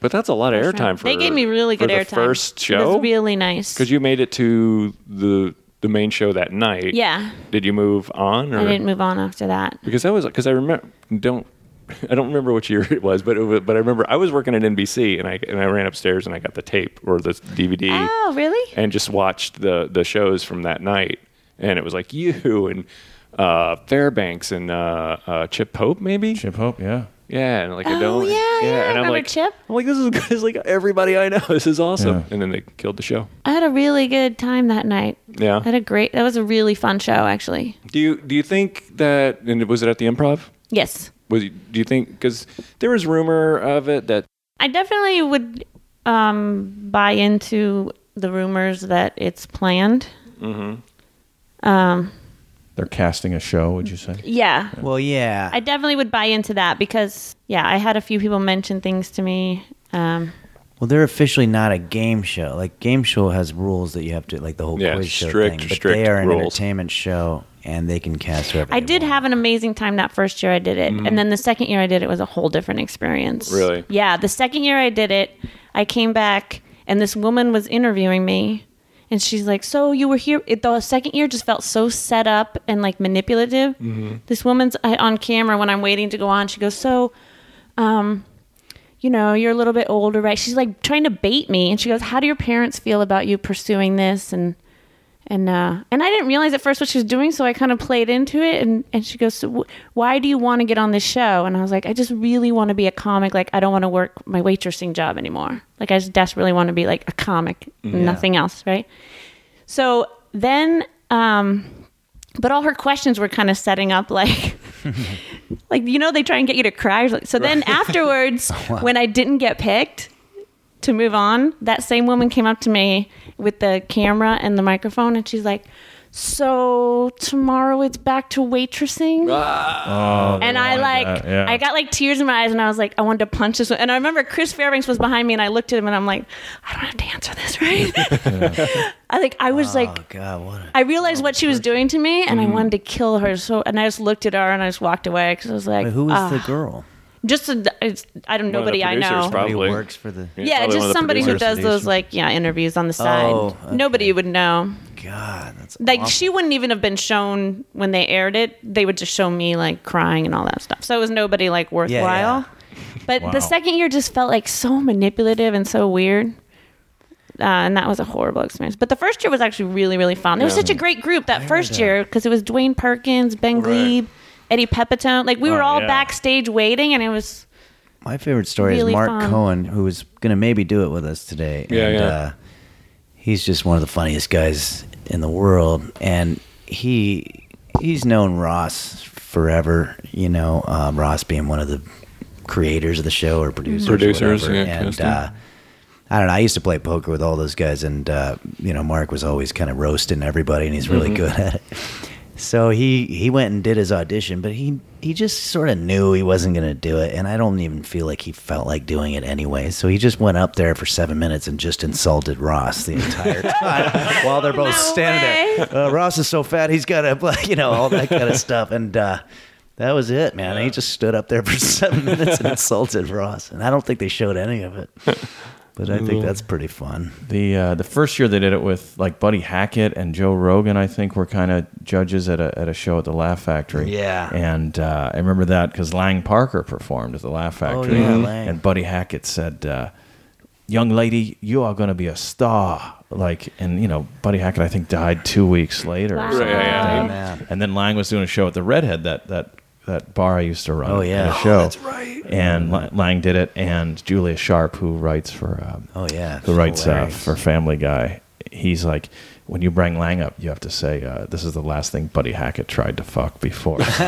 B: but that's a lot of airtime for.
A: They gave me really
B: for
A: good
B: the
A: airtime.
B: First
A: It was
B: show,
A: really nice.
B: because you made it to the the main show that night.
A: Yeah.
B: Did you move on? Or?
A: I didn't move on after that.
B: because that was because I remember don't I don't remember which year it was, but it, wa- but I remember I was working at NBC and I and I ran upstairs and I got the tape or the DVD.
A: Oh, really?
B: and just watched the the shows from that night, and it was like you and uh, Fairbanks and uh, uh, Chip Pope, maybe.
D: Chip Hope, yeah.
B: Yeah, and like I
A: Oh,
B: don't.
A: yeah, yeah, I
B: and I'm
A: remember
B: like,
A: Chip.
B: I'm like, this is, this is like everybody I know. This is awesome.
D: Yeah.
B: And then they killed the show.
A: I had a really good time that night.
B: Yeah.
A: I had a great. That was a really fun show, actually.
B: Do you do you think that? And was it at the Improv?
A: Yes,
B: Was do you think? Because there was rumor of it that
A: I definitely would um, buy into the rumors that it's planned. Mm-hmm. Um,
D: They're casting a show, would you say?
A: yeah,
C: Well, yeah.
A: I definitely would buy into that because yeah, I had a few people mention things to me. Um,
C: well, they're officially not a game show. Like game show has rules that you have to like the whole
B: Yeah,
C: quiz show
B: strict,
C: thing. But
B: strict
C: they are an
B: rules.
C: entertainment show, and they can cast whoever.
A: I
C: they
A: did
C: want.
A: have an amazing time that first year I did it. And then the second year I did it was a whole different experience.
B: Really?
A: Yeah. The second year I did it, I came back and this woman was interviewing me. And she's like, So you were here? It, the second year just felt so set up and like manipulative. This woman's I, on camera when I'm waiting to go on. She goes, So, um, you know, you're a little bit older, right? She's like trying to bait me. And she goes, How do your parents feel about you pursuing this? And, and uh, and I didn't realize at first what she was doing, so I kind of played into it. And and she goes, so wh- "Why do you want to get on this show?" And I was like, "I just really want to be a comic. Like I don't want to work my waitressing job anymore. Like I just desperately want to be like a comic, nothing else, right?" So then, um, but all her questions were kind of setting up like. Like you know, they try and get you to cry. So then afterwards, when I didn't get picked, to move on, that same woman came up to me with the camera and the microphone, and she's like, "So tomorrow it's back to waitressing,"
D: Oh,
A: and I like,
D: that, yeah.
A: I got like tears in my eyes, and I was like, I wanted to punch this. one. And I remember Chris Fairbanks was behind me, and I looked at him, and I'm like, I don't have to answer this, right? I like, I was like,
C: Oh God, what? A,
A: I
B: Oh,
A: realized what she was doing to me,
B: Mm-hmm.
A: and I wanted to kill her. So, and I just looked at her, and I just walked away because I was like,
C: Wait, who was
A: "Ah."
C: the girl?
A: Just, a, it's, I don't.
B: One of the
A: Nobody I
B: producers
A: know.
B: probably.
C: Who works for the?
B: probably
A: Yeah,
B: one
A: just
B: of the
A: somebody who
B: producers.
A: does those like yeah interviews on the side.
C: Oh, okay.
A: Nobody would know.
C: God, that's
A: Like
C: awful.
A: she wouldn't even have been shown when they aired it. They would just show me like crying and all that stuff. So it was nobody like worthwhile. But
D: Wow.
A: the second year just felt like so manipulative and so weird. Uh, and that was a horrible experience. But the first year was actually really, really fun. It was such a great group that first year because it was Dwayne Perkins, Ben Glebe, Eddie Pepitone. Like we were
D: Oh,
A: all
D: yeah.
A: backstage waiting, and it was
C: My favorite story
A: really
C: is Mark
A: fun.
C: Cohen, who is going to maybe do it with us today.
B: Yeah,
C: and,
B: yeah.
C: Uh, he's just one of the funniest guys in the world, and he he's known Ross forever. You know, um, Ross being one of the creators of the show or producers, or
B: Producers,
C: whatever.
B: yeah,
C: and
B: casting.
C: uh, I don't know. I used to play poker with all those guys, and uh, you know, Mark was always kind of roasting everybody, and he's
B: Mm-hmm.
C: really good at it. So he he went and did his audition, but he he just sort of knew he wasn't going to do it, and I don't even feel like he felt like doing it anyway. So he just went up there for seven minutes and just insulted Ross the entire time while they're both
A: No
C: standing there. Uh, Ross is so fat, he's got to you know all that kind of stuff, and uh, that was it, man. He just stood up there for seven minutes and insulted Ross, and I don't think they showed any of it. But I think that's pretty fun.
D: The uh, the first year they did it with like Buddy Hackett and Joe Rogan, I think, were kind of judges at a at a show at the Laugh Factory.
C: Yeah.
D: and uh, I remember that because Lang Parker performed at the Laugh Factory,
C: Oh, yeah, Lang.
D: and Buddy Hackett said, uh, "Young lady, you are going to be a star." Like, and you know, Buddy Hackett, I think, died two weeks later. or
A: Wow.
D: something
B: Right, yeah, yeah.
D: like that.
C: Man.
D: And then Lang was doing a show at the Redhead that that that bar I used to run.
C: Oh,
D: at
C: yeah.
D: a
C: Oh,
D: show.
B: that's right.
D: And Lang- Lang did it, and Julia Sharp, who writes for um,
C: Oh yeah,
D: who writes uh,
C: Hilarious.
D: for Family Guy, he's like, when you bring Lang up, you have to say, uh, "This is the last thing Buddy Hackett tried to fuck before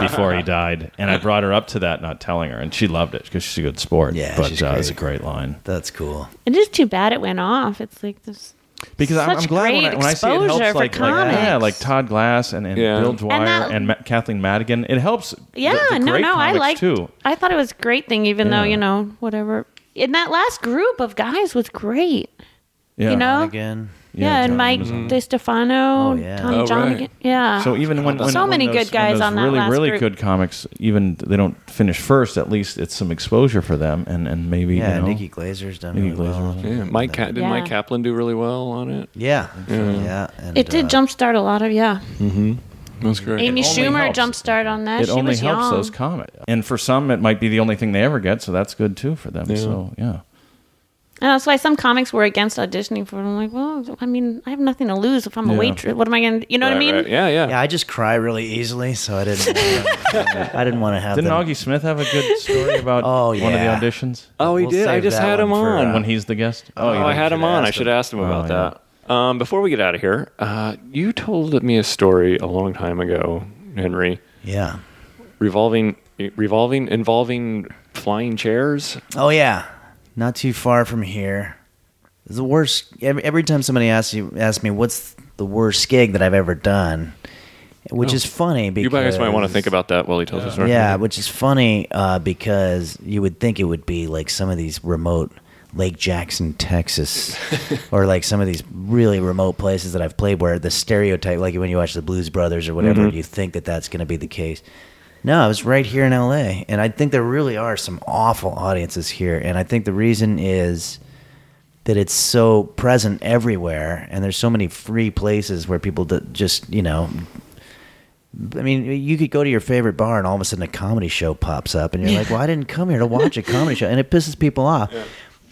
D: before he died." And I brought her up to that, not telling her, and she loved it because she's a good sport.
C: Yeah,
D: but
C: she's
D: uh, it's a
C: great.
D: great line
C: That's cool.
A: it is too bad it went off. It's like this
D: because I'm,
A: Such
D: I'm glad when
A: great
D: I, when I see it
A: exposure
D: helps,
A: for
D: like, like yeah,
A: comics.
D: like Todd Glass and, and
B: Yeah.
D: Bill
B: And
D: Dwyer and,
A: that-
D: Ma- Kathleen Madigan. It helps. the-
A: Yeah,
D: the
A: no,
D: great
A: no, I
D: comics,
A: liked.
D: too.
A: I thought it was a great thing, even though
D: Yeah.
A: you know whatever. And that last group of guys was great.
D: Yeah.
A: You know,
C: Again,
A: yeah,
D: Yeah,
A: and
D: John
A: Mike
D: was on.
A: DeStefano,
C: Oh, yeah.
A: Tom
B: Oh,
A: John,
B: right.
A: again. yeah.
D: So e- even when, when
A: So
D: when
A: many
D: those-
A: good guys
D: when those
A: on that
D: really
A: last
D: really
A: group.
D: good comics, even they don't finish first. At least it's some exposure for them, and and maybe
C: yeah,
D: you know,
C: Nikki Glazer's done
D: Nikki
C: really well.
D: Glaser.
B: Yeah, Mike Ka- did
A: Yeah.
B: Mike Kaplan do really well on it?
C: Yeah, yeah. and,
A: it did
C: uh,
A: jumpstart a lot of yeah.
B: That was great.
A: Amy
D: only
A: Schumer
D: helps.
A: jumpstart on that.
D: it
A: she
D: only
A: was
D: helps
A: young.
D: those comics, and for some it might be the only thing they ever get. So that's good too for them.
B: Yeah.
D: So yeah,
A: And that's why some comics were against auditioning for it. I'm like, well, I mean, I have nothing to lose if I'm a
D: Yeah.
A: waitress. What am I going to, you know what I mean?
B: Yeah, yeah.
C: Yeah, I just cry really easily, so I didn't. I didn't want to have.
D: Didn't
C: them.
D: Augie Smith have a good story about
C: Oh,
D: one
C: yeah.
D: of the auditions
B: Oh, he
C: We'll
B: did. I
C: save
B: just
C: that
B: had him
C: one for,
B: on
C: uh,
D: when he's the guest?
B: Oh,
D: you
B: I had
D: didn't.
B: him on. I
C: asked
B: should
C: him. Oh,
B: have asked him about
D: yeah.
B: that. Um, before we get out of here, uh, you told me a story a long time ago, Henry,
C: Yeah.
B: revolving, revolving, involving flying chairs.
C: Oh yeah, not too far from here. It's the worst. Every, every time somebody asks you, asks me, "What's the worst gig that I've ever done?" Which is funny
B: Oh. You
C: because
B: guys might want to think about that while he tells the story.
C: Yeah, which is funny uh, because you would think it would be like some of these remote Lake Jackson, Texas, or like some of these really remote places that I've played where the stereotype, like when you watch the Blues Brothers or whatever, you think that that's going to be the case. No, I was right here in LA, and I think there really are some awful audiences here, and I think the reason is that it's so present everywhere, and there's so many free places where people that just you know I mean, you could go to your favorite bar and all of a sudden a comedy show pops up, and you're like, "Well, I didn't come here to watch a comedy show," and it pisses people off.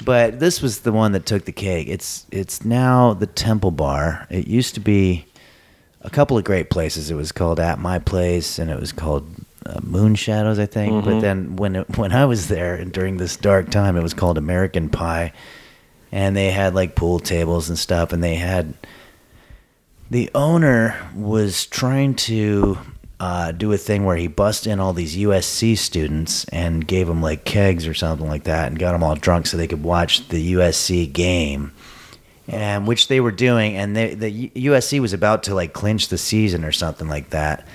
C: But this was the one that took the cake. It's it's now the Temple Bar. It used to be a couple of great places. It was called At My Place, and it was called uh, Moon Shadows, I think. But then when it, when I was there and during this dark time, it was called American Pie, and they had like pool tables and stuff, and they had the owner was trying to uh, do a thing where he bust in all these USC students and gave them like kegs or something like that and got them all drunk so they could watch the USC game. And which they were doing, and they, the U- USC was about to like clinch the season or something like that.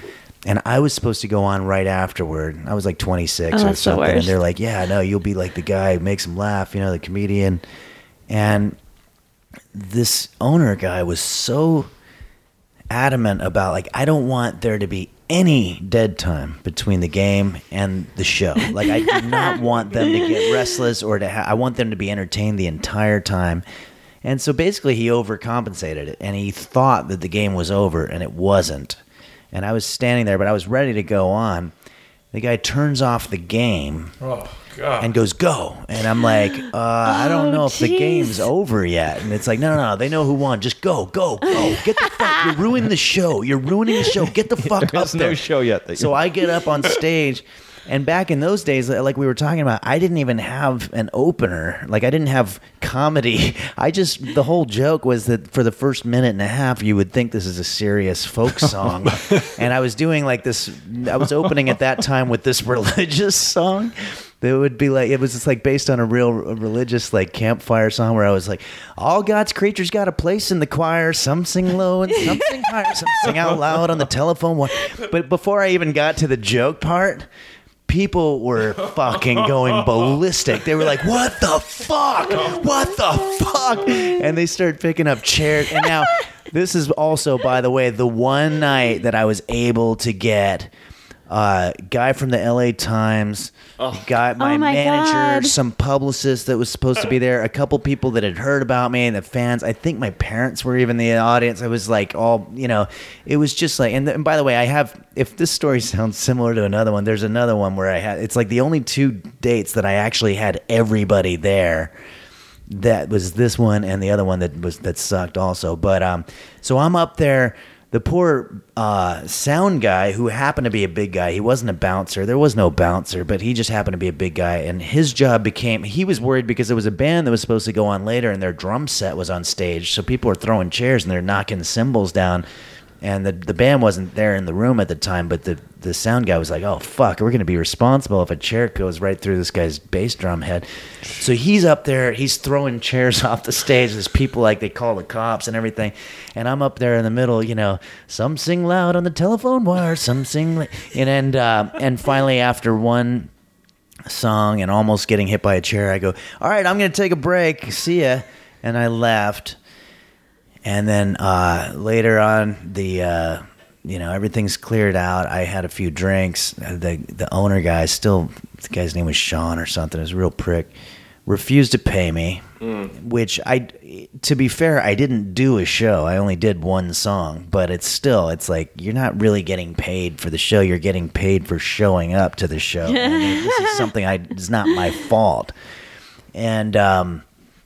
C: And I was supposed to go on right afterward. I was like 26
A: Oh,
C: or
A: that's the
C: something. and
A: worst.
C: they're like, "Yeah, no, you'll be like the guy who makes them laugh, you know, the comedian." And this owner guy was so adamant about like I don't want there to be any dead time between the game and the show. Like I do not want them to get restless or to ha- I want them to be entertained the entire time. And so basically he overcompensated it and he thought that the game was over and it wasn't. And I was standing there but I was ready to go on. The guy turns off the game and goes go and i'm like uh, i don't
A: Oh,
C: know if the
A: jeez.
C: game's over yet and it's like no no no they know who won just go go go get the fuck you're ruining the show you're ruining the show get the fuck
D: There
C: up
D: is no
C: there
D: show yet that
C: so
D: you-
C: i get up on stage and back in those days like we were talking about i didn't even have an opener like i didn't have comedy i just the whole joke was that for the first minute and a half you would think this is a serious folk song and i was doing like this i was opening at that time with this religious song that would be like it was just like based on a real religious like campfire song where I was like, all God's creatures got a place in the choir. Some sing low and some sing high. Some sing out loud on the telephone. wa- But before I even got to the joke part, people were fucking going ballistic. They were like, "What the fuck? What the fuck?" And they started picking up chairs. And now this is also, by the way, the one night that I was able to get uh, guy from the LA Times, got my,
A: Oh my
C: manager,
A: God.
C: some publicist that was supposed to be there, a couple people that had heard about me and the fans. I think my parents were even in the audience. I was like all, you know, it was just like, and, th- and by the way, I have, if this story sounds similar to another one, there's another one where I had, it's like the only two dates that I actually had everybody there that was this one and the other one that was that sucked also. But um, so I'm up there. The poor uh, sound guy who happened to be a big guy. He wasn't a bouncer. There was no bouncer, but he just happened to be a big guy. And his job became he was worried because there was a band that was supposed to go on later, and their drum set was on stage. So people were throwing chairs and they're knocking cymbals down. And the, the band wasn't there in the room at the time, but the, the sound guy was like, oh, fuck, we're going to be responsible if a chair goes right through this guy's bass drum head. So he's up there, he's throwing chairs off the stage. There's people like they call the cops and everything. And I'm up there in the middle, you know, some sing loud on the telephone wire, some sing. Li- and, and, uh, and finally, after one song and almost getting hit by a chair, I go, all right, I'm going to take a break. See ya. And I left and then uh, later on the uh, you know everything's cleared out i had a few drinks the the owner guy still the guy's name was sean or something he was a real prick refused to pay me which i to be fair i didn't do a show i only did one song but it's still it's like you're not really getting paid for the show you're getting paid for showing up to the show I mean, this is something i it's not my fault and um,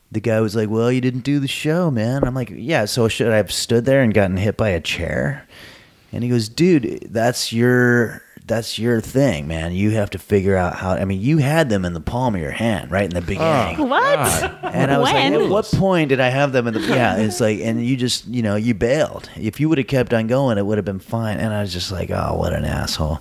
C: the guy was like, "Well, you didn't do the show, man." I'm like, "Yeah, so should I have stood there and gotten hit by a chair?" And he goes, "Dude, that's your that's your thing, man. You have to figure out how. I mean, you had them in the palm of your hand right in the beginning."
A: What?
C: And I was
A: When?
C: like, at what point did I have them in the? Yeah, it's like, and you just, you know, you bailed. If you would have kept on going, it would have been fine. And I was just like, oh, what an asshole.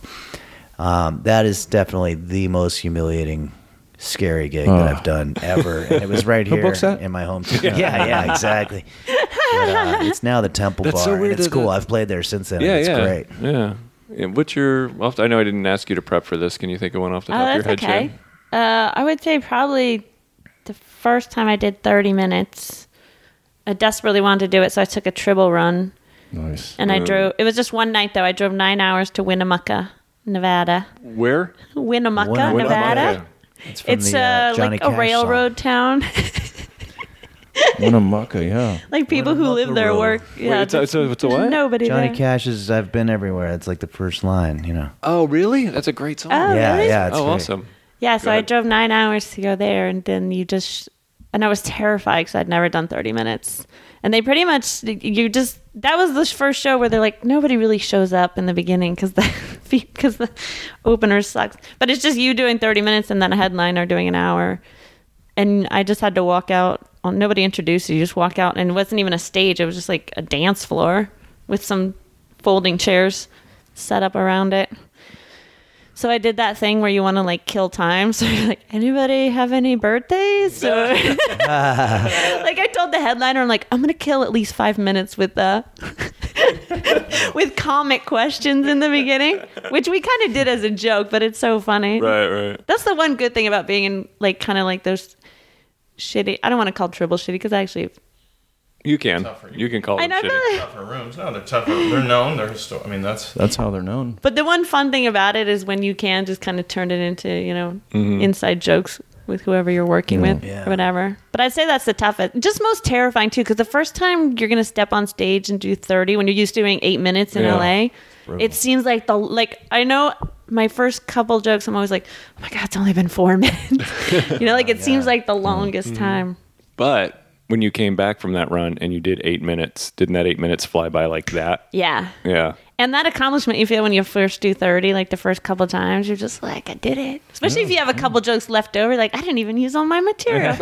C: Um, that is definitely the most humiliating, scary gig that I've done ever, and it was right here
D: book's that?
C: in my hometown. yeah, yeah, exactly. But, uh, it's now the Temple
B: That's
C: Bar,
B: so weird
C: and it's
B: that
C: cool.
B: the-
C: I've played there since then. and
B: Yeah,
C: it's
B: yeah,
C: great.
B: yeah. Yeah, What's your? off- I know I didn't ask you to prep for this. Can you think of one off the top
A: Oh,
B: of your
A: that's
B: head,
A: okay.
B: Jen?
A: Uh, I would say probably the first time I did 30 minutes. I desperately wanted to do it, so I took a triple run.
D: Nice.
A: And I
B: Mm.
A: drove, it was just one night though. I drove nine hours to Winnemucca, Nevada.
B: Where?
A: Winnemucca,
C: Winnemucca.
A: Nevada?
B: Winnemucca.
C: It's, from
A: It's
C: the,
A: uh,
C: Johnny
A: like a
C: Cash
A: railroad town.
D: Winnemucca, yeah.
A: like people who live there
C: Road.
A: work.
B: Wait,
A: Yeah,
B: it's, a, it's, a, it's a what?
A: nobody
C: song. Johnny
A: there.
C: Cash's "I've Been Everywhere." It's like the first line, you know.
B: Oh, really? That's a great song.
A: Oh,
C: yeah,
A: really?
C: yeah. It's
B: oh,
C: great.
B: awesome.
A: Yeah, so
B: Go
A: I
B: ahead.
A: drove nine hours to go there, and then you just, and I was terrified because I'd never done 30 minutes. And they pretty much, you just, that was the first show where they're like, nobody really shows up in the beginning because the, because the opener sucks. But it's just you doing 30 minutes and then a headliner doing an hour. And I just had to walk out. On, nobody introduced you. You just walk out, and it wasn't even a stage. It was just like a dance floor with some folding chairs set up around it. So I did that thing where you want to like kill time. So you're like, anybody have any birthdays? Or like I told the headliner, I'm like, I'm gonna kill at least five minutes with uh with comic questions in the beginning, which we kind of did as a joke, but it's so funny.
B: Right, right.
A: That's the one good thing about being in like kind of like those shitty. I don't want to call triple shitty because I actually
B: You can. You can call
A: I
B: it
A: know.
B: shitty.
A: I feel like-
E: tougher rooms. No, they're tougher. They're known. They're historic. I mean, that's
D: That's how they're known.
A: But the one fun thing about it is when you can just kind of turn it into, you know,
B: Mm-hmm.
A: inside jokes with whoever you're working with
C: Yeah.
A: or whatever. But I'd say that's the toughest, just most terrifying too, because the first time you're going to step on stage and do 30 when you're used to doing eight minutes in
B: Yeah.
A: LA, it seems like the, like, I know my first couple jokes, I'm always like, oh my God, it's only been four minutes. you know, like it seems like
C: Mm-hmm.
A: the longest
B: Mm-hmm.
A: time.
B: But when you came back from that run and you did eight minutes, didn't that eight minutes fly by like that?
A: Yeah.
B: Yeah.
A: And that accomplishment you feel when you first do 30, like the first couple times, you're just like, I did it. Especially if you have a couple jokes left over, like, I didn't even use all my material.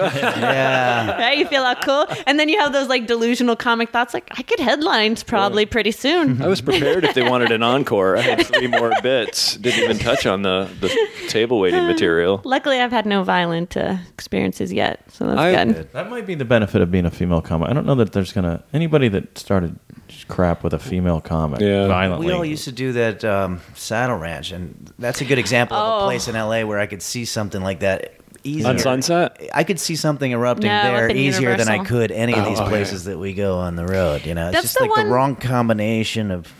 C: Yeah.
A: right? You feel all cool. And then you have those like delusional comic thoughts, like, I could headlines probably pretty soon.
B: I was prepared if they wanted an encore. I had three more bits. Didn't even touch on the, the table
A: Uh,
B: waiting material.
A: Luckily, I've had no violent uh, experiences yet. So that's
B: I-
A: good.
D: That might be the benefit of being a female comic. I don't know that there's gonna anybody that started crap with a female comic
B: Yeah.
D: violently.
C: We all used to do that um, Saddle Ranch, and that's a good example of a
A: Oh.
C: place in LA where I could see something like that easier.
B: On Sunset?
C: I could see something erupting
A: No,
C: there
A: up in
C: easier than I
A: Universal.
C: could any of
B: Oh,
C: these
B: okay.
C: places that we go on the road. You know, it's
A: That's
C: just
A: the
C: like
A: one-
C: the wrong combination of.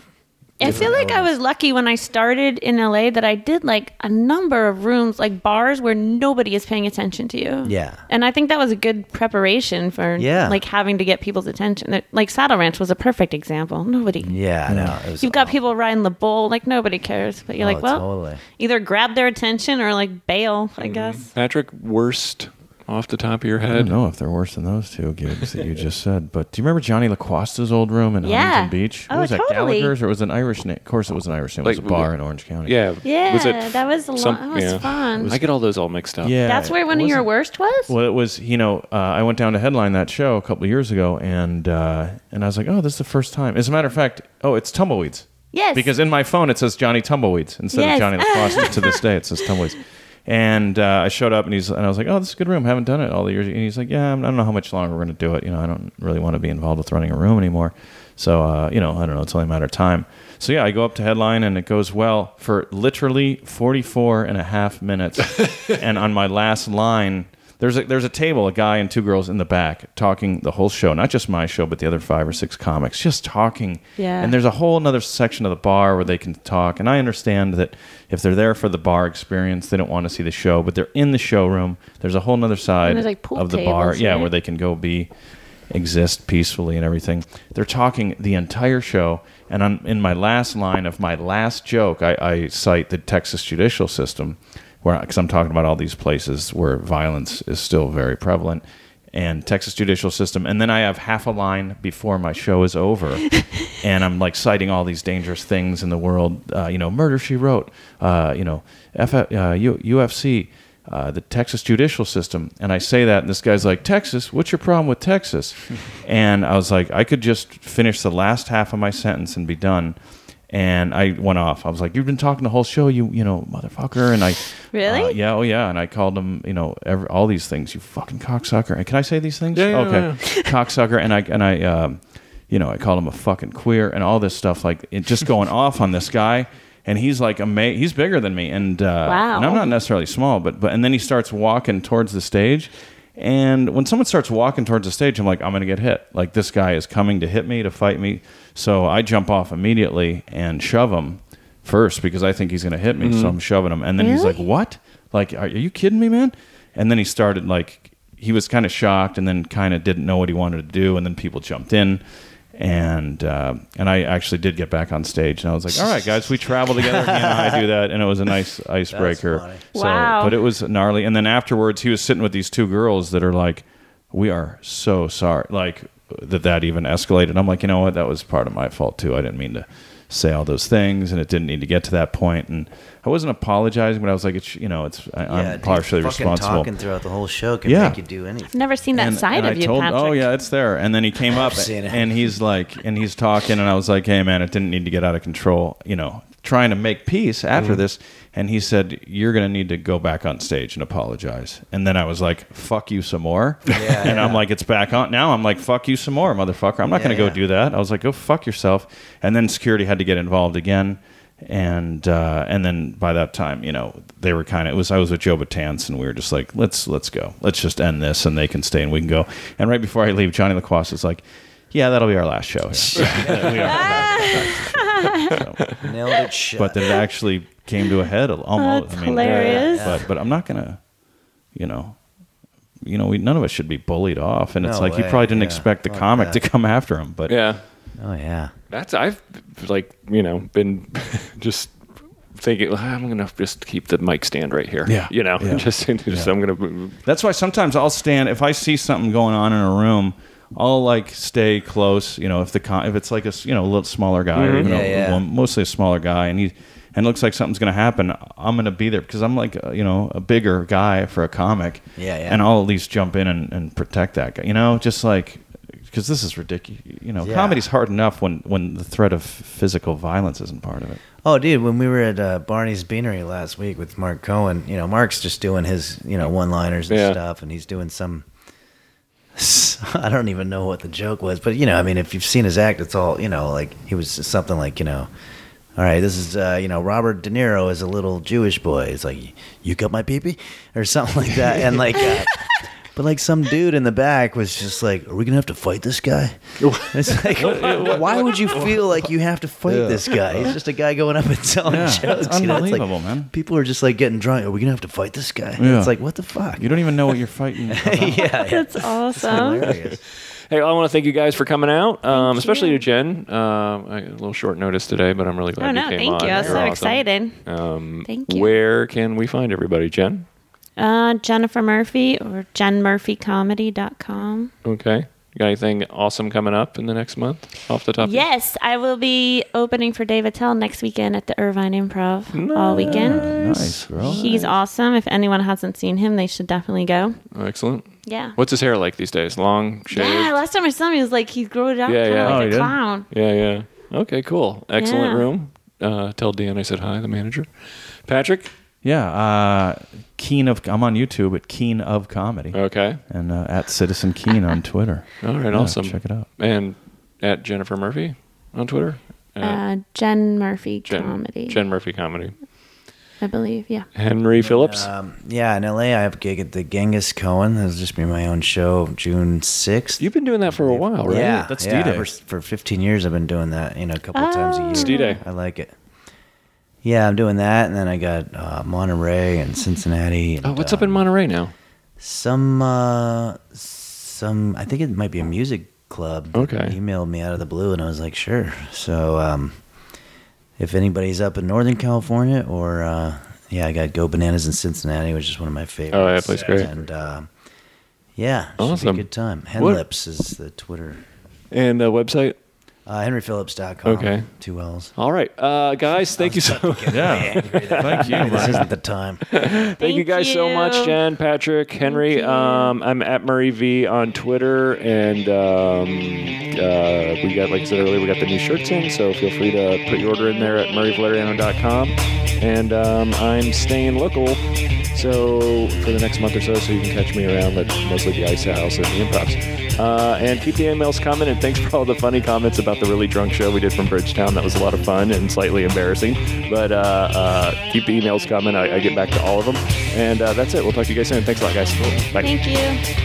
A: I feel like I was lucky when I started in LA that I did like a number of rooms, like bars where nobody is paying attention to you.
C: Yeah.
A: And I think that was a good preparation for
C: Yeah.
A: like having to get people's attention. That- Like Saddle Ranch was a perfect example. Nobody.
C: Yeah, I know. It was
A: You've got
C: awful.
A: people riding the bull, like nobody cares. But you're
C: Oh,
A: like, well,
C: totally.
A: either grab their attention or like bail,
D: Mm-hmm.
A: I guess.
B: Patrick, worst off the top of your
D: I don't
B: head?
D: know if they're worse than those two gigs that you just said, but do you remember Johnny LaCosta's old room in
A: Yeah.
D: Huntington Beach? What
A: Oh,
D: was that
A: totally.
D: Gallagher's or was it an Irish name? Of course, it was an Irish name. It was
B: Like,
D: a bar in Orange County.
B: Yeah.
A: Yeah,
B: Was it
A: that was a lot.
B: some-
A: that was
B: yeah.
A: fun.
B: I get all those all mixed up.
D: yeah.
A: That's where one
D: It
A: of your
D: wasn't-
A: worst was.
D: Well, it was you know uh, I went down to headline that show a couple of years ago, and uh, and I was like, oh, this is the first time. As a matter of fact, oh, it's tumbleweeds.
A: Yes.
D: Because in my phone it says Johnny Tumbleweeds instead
A: Yes.
D: of Johnny LaCosta. to this day it says Tumbleweeds. And uh, I showed up and he's and I was like, oh, this is a good room. haven't done it all the years. And he's like, yeah, I'm- I don't know how much longer we're going to do it. You know, I don't really want to be involved with running a room anymore. So uh, you know, I don't know. It's only a matter of time. So yeah, I go up to headline and it goes well for literally 44 and a half minutes. and on my last line, there's a there's a table, a guy and two girls in the back talking the whole show, not just my show, but the other five or six comics, just talking.
A: Yeah.
D: And there's a whole another section of the bar where they can talk. And I understand that if they're there for the bar experience, they don't want to see the show, but they're in the showroom. There's a whole another side
A: there's, like, pool
D: of the bar,
A: tables,
D: yeah,
A: right?
D: where they can go be exist peacefully and everything. They're talking the entire show, and on, in my last line of my last joke, I, I cite the Texas judicial system, where because I'm talking about all these places where violence is still very prevalent, and Texas judicial system, and then I have half a line before my show is over, and I'm like citing all these dangerous things in the world. Uh, you know, Murder She Wrote. Uh, you know, F- uh, U- UFC. Uh, the Texas judicial system, and I say that, and this guy's like, "Texas, what's your problem with Texas?" and I was like, "I could just finish the last half of my sentence and be done." and I went off. I was like, "You've been talking the whole show, you you know, motherfucker!" And I
A: Really?
D: uh, yeah, oh yeah. And I called him, you know, every, all these things. You fucking cocksucker. And can I say these things?
B: Yeah, yeah,
D: okay, cocksucker. And I and I, um, you know, I called him a fucking queer and all this stuff. Like it just going off on this guy, and he's like ama- He's bigger than me, and uh,
A: Wow.
D: and I'm not necessarily small, but but and then he starts walking towards the stage. And when someone starts walking towards the stage, I'm like, I'm gonna get hit. Like this guy is coming to hit me, to fight me. So I jump off immediately and shove him first because I think he's gonna hit me. So I'm shoving him, and then he's like,
A: Mm-hmm. Really?
D: What? Like, are, are you kidding me, man? And then he started like he was kind of shocked, and then kind of didn't know what he wanted to do, and then people jumped in. And uh, and I actually did get back on stage, and I was like, "All right, guys, we travel together. He and I do that, and it was a nice icebreaker."
C: funny.
D: So,
A: Wow.
D: But it was gnarly. And then afterwards, he was sitting with these two girls that are like, "We are so sorry," like that that even escalated. I'm like, you know what? That was part of my fault too. I didn't mean to say all those things, and it didn't need to get to that point. And I wasn't apologizing, but I was like, it's you know, it's I, I'm
C: dude,
D: partially
C: fucking
D: responsible.
C: Talking throughout the whole show can
D: Yeah.
C: make you do anything.
A: I've never seen that
D: And-
A: side
D: and
A: of
D: I
A: you,
D: told-
A: Patrick.
D: Oh yeah, it's there. And then he came up
C: seen it.
D: and he's like, and he's talking, and I was like, hey man, it didn't need to get out of control. You know, trying to make peace after
C: Mm-hmm.
D: this. And he said, you're gonna need to go back on stage and apologize. And then I was like, fuck you some more.
C: Yeah,
D: and I'm
C: yeah.
D: like, it's back on now. I'm like, fuck you some more, motherfucker. I'm not
C: Yeah,
D: gonna go
C: yeah.
D: do that. I was like, go fuck yourself. And then security had to get involved again. And uh, and then by that time, you know, they were kind of it was I was with Joe Batance and we were just like, let's let's go, let's just end this, and they can stay and we can go. And right before I leave, Johnny Laquas is like, yeah, that'll be our last show. Here. We don't have that. So-
C: Nailed it shut.
D: but then it actually came to a head al- almost.
A: That's hilarious.
D: But but I'm not gonna, you know. You know, we, none of us should be bullied off, and it's
C: No
D: like he
C: way,
D: probably didn't
C: yeah.
D: expect the
C: Fuck
D: comic
C: that.
D: to come after him, but
B: Yeah.
C: oh yeah.
B: That's I've like you know been just thinking "Well, I'm gonna just keep the mic stand right here.
D: Yeah.
B: you know,
D: Yeah.
B: just, just I'm gonna
D: That's why sometimes I'll stand if I see something going on in a room. I'll like stay close, you know, if the con- if it's like a s- you know a little smaller guy, or even
C: Mm-hmm. Yeah,
D: a,
C: yeah.
D: well, mostly a smaller guy, and he and looks like something's gonna happen. I'm gonna be there because I'm like uh, you know a bigger guy for a comic,
C: Yeah, yeah.
D: and I'll at least jump in and, and protect that guy, you know, just like because this is ridiculous, you know,
C: Yeah.
D: comedy's hard enough when when the threat of physical violence isn't part of it.
C: Oh, dude, when we were at uh, Barney's Beanery last week with Mark Cohen, you know, Mark's just doing his, you know, one-liners and
B: Yeah.
C: stuff, and he's doing some. I don't even know what the joke was, but you know, I mean, if you've seen his act, it's all you know. Like he was something like, you know, all right, this is uh, you know, Robert De Niro is a little Jewish boy. It's like, you cut my peepee or something like that, and like. Uh, But like some dude in the back was just like, "Are we gonna have to fight this guy?" It's like, why would you feel like you have to fight this guy? He's just a guy going up and telling
D: Yeah, it's
C: jokes. you know? It's like,
D: unbelievable, man.
C: People are just like getting drunk. Are we gonna have to fight this guy?
D: Yeah.
C: It's like, what the fuck?
D: You don't even know what you're fighting. about.
C: yeah, yeah.
A: That's awesome.
C: hilarious.
B: Hey, I want to thank you guys for coming out, um, especially to Jen. Um, I- a little short notice today, but I'm really glad
A: Oh
B: you
A: no,
B: came
A: thank
B: on.
A: you. I was
B: You're
A: so
B: awesome.
A: excited.
B: Um,
A: Thank you.
B: Where can we find everybody, Jen?
A: Uh, Jennifer Murphy or jenmurphycomedy.com.
B: Okay. You got anything awesome coming up in the next month off the top? of your-
A: Yes, I will be opening for Dave Attell next weekend at the Irvine Improv all weekend.
D: nice, girl.
A: He's awesome. If anyone hasn't seen him, they should definitely go.
B: Oh, Excellent.
A: Yeah.
B: What's his hair like these days? Long, shaved?
A: Yeah, last time I saw him, he was like, he grew it out
B: Yeah,
A: kind of
B: yeah.
D: Oh,
A: like
D: he
A: a
D: did?
A: clown.
B: Yeah, yeah. Okay, cool. Excellent
A: Yeah.
B: room. Uh, tell Dan I said hi, the manager. Patrick?
D: Yeah, uh, Keen of I'm on YouTube at Keen of Comedy
B: Okay.
D: and uh, at Citizen Keen on Twitter.
B: Oh. All right,
D: Yeah,
B: awesome.
D: Check it out.
B: And at Jennifer Murphy on Twitter? At
A: Uh, Jen Murphy
B: Jen,
A: Comedy,
B: Jen Murphy Comedy.
A: I believe. Yeah.
B: Henry Phillips?
C: Um, yeah, in LA, I have a gig at the Genghis Cohen. That'll just be my own show, June sixth.
B: You've been doing that for a while, right?
C: Yeah,
D: That's
C: yeah,
D: D-Day.
C: For, for 15 years, I've been doing that. You know, a couple times a year.
A: It's
B: Ah. D-Day.
C: I like it. Yeah, I'm doing that, and then I got uh, Monterey and Cincinnati. And,
B: Oh, what's up
C: um,
B: in Monterey now?
C: Some, uh, some. I think it might be a music club.
B: Okay.
C: Emailed me out of the blue, and I was like, sure. So, um, if anybody's up in Northern California, or uh, yeah, I got Go Bananas in Cincinnati, which is one of my favorites.
B: Oh, that place is great.
C: And uh, Yeah, should be a
B: Awesome.
C: good time.
B: What-
C: Henlips is the Twitter.
B: And uh, website.
C: Uh, HenryPhillips.com.
B: Okay.
C: Two L's.
B: All right, uh, guys. Thank you so.
D: Yeah. Thank you.
C: This
D: Ryan.
C: isn't the time.
B: Thank you guys so much,
A: you.
B: Jen, Patrick, Henry.
A: Thank you.
B: Um, I'm at Murray V on Twitter, and um, uh, we got, like I said earlier, we got the new shirts in, so feel free to put your order in there at murrayvaleriano.com. And um, I'm staying local, so for the next month or so, so you can catch me around at mostly the Ice House and the Improvs. Uh, and keep the emails coming, and thanks for all the funny comments about the really drunk show we did from Bridgetown. That was a lot of fun and slightly embarrassing, but uh, uh, keep the emails coming. I, I get back to all of them. And uh, that's it. We'll talk to you guys soon. Thanks a lot, guys. Bye.
A: Thank you.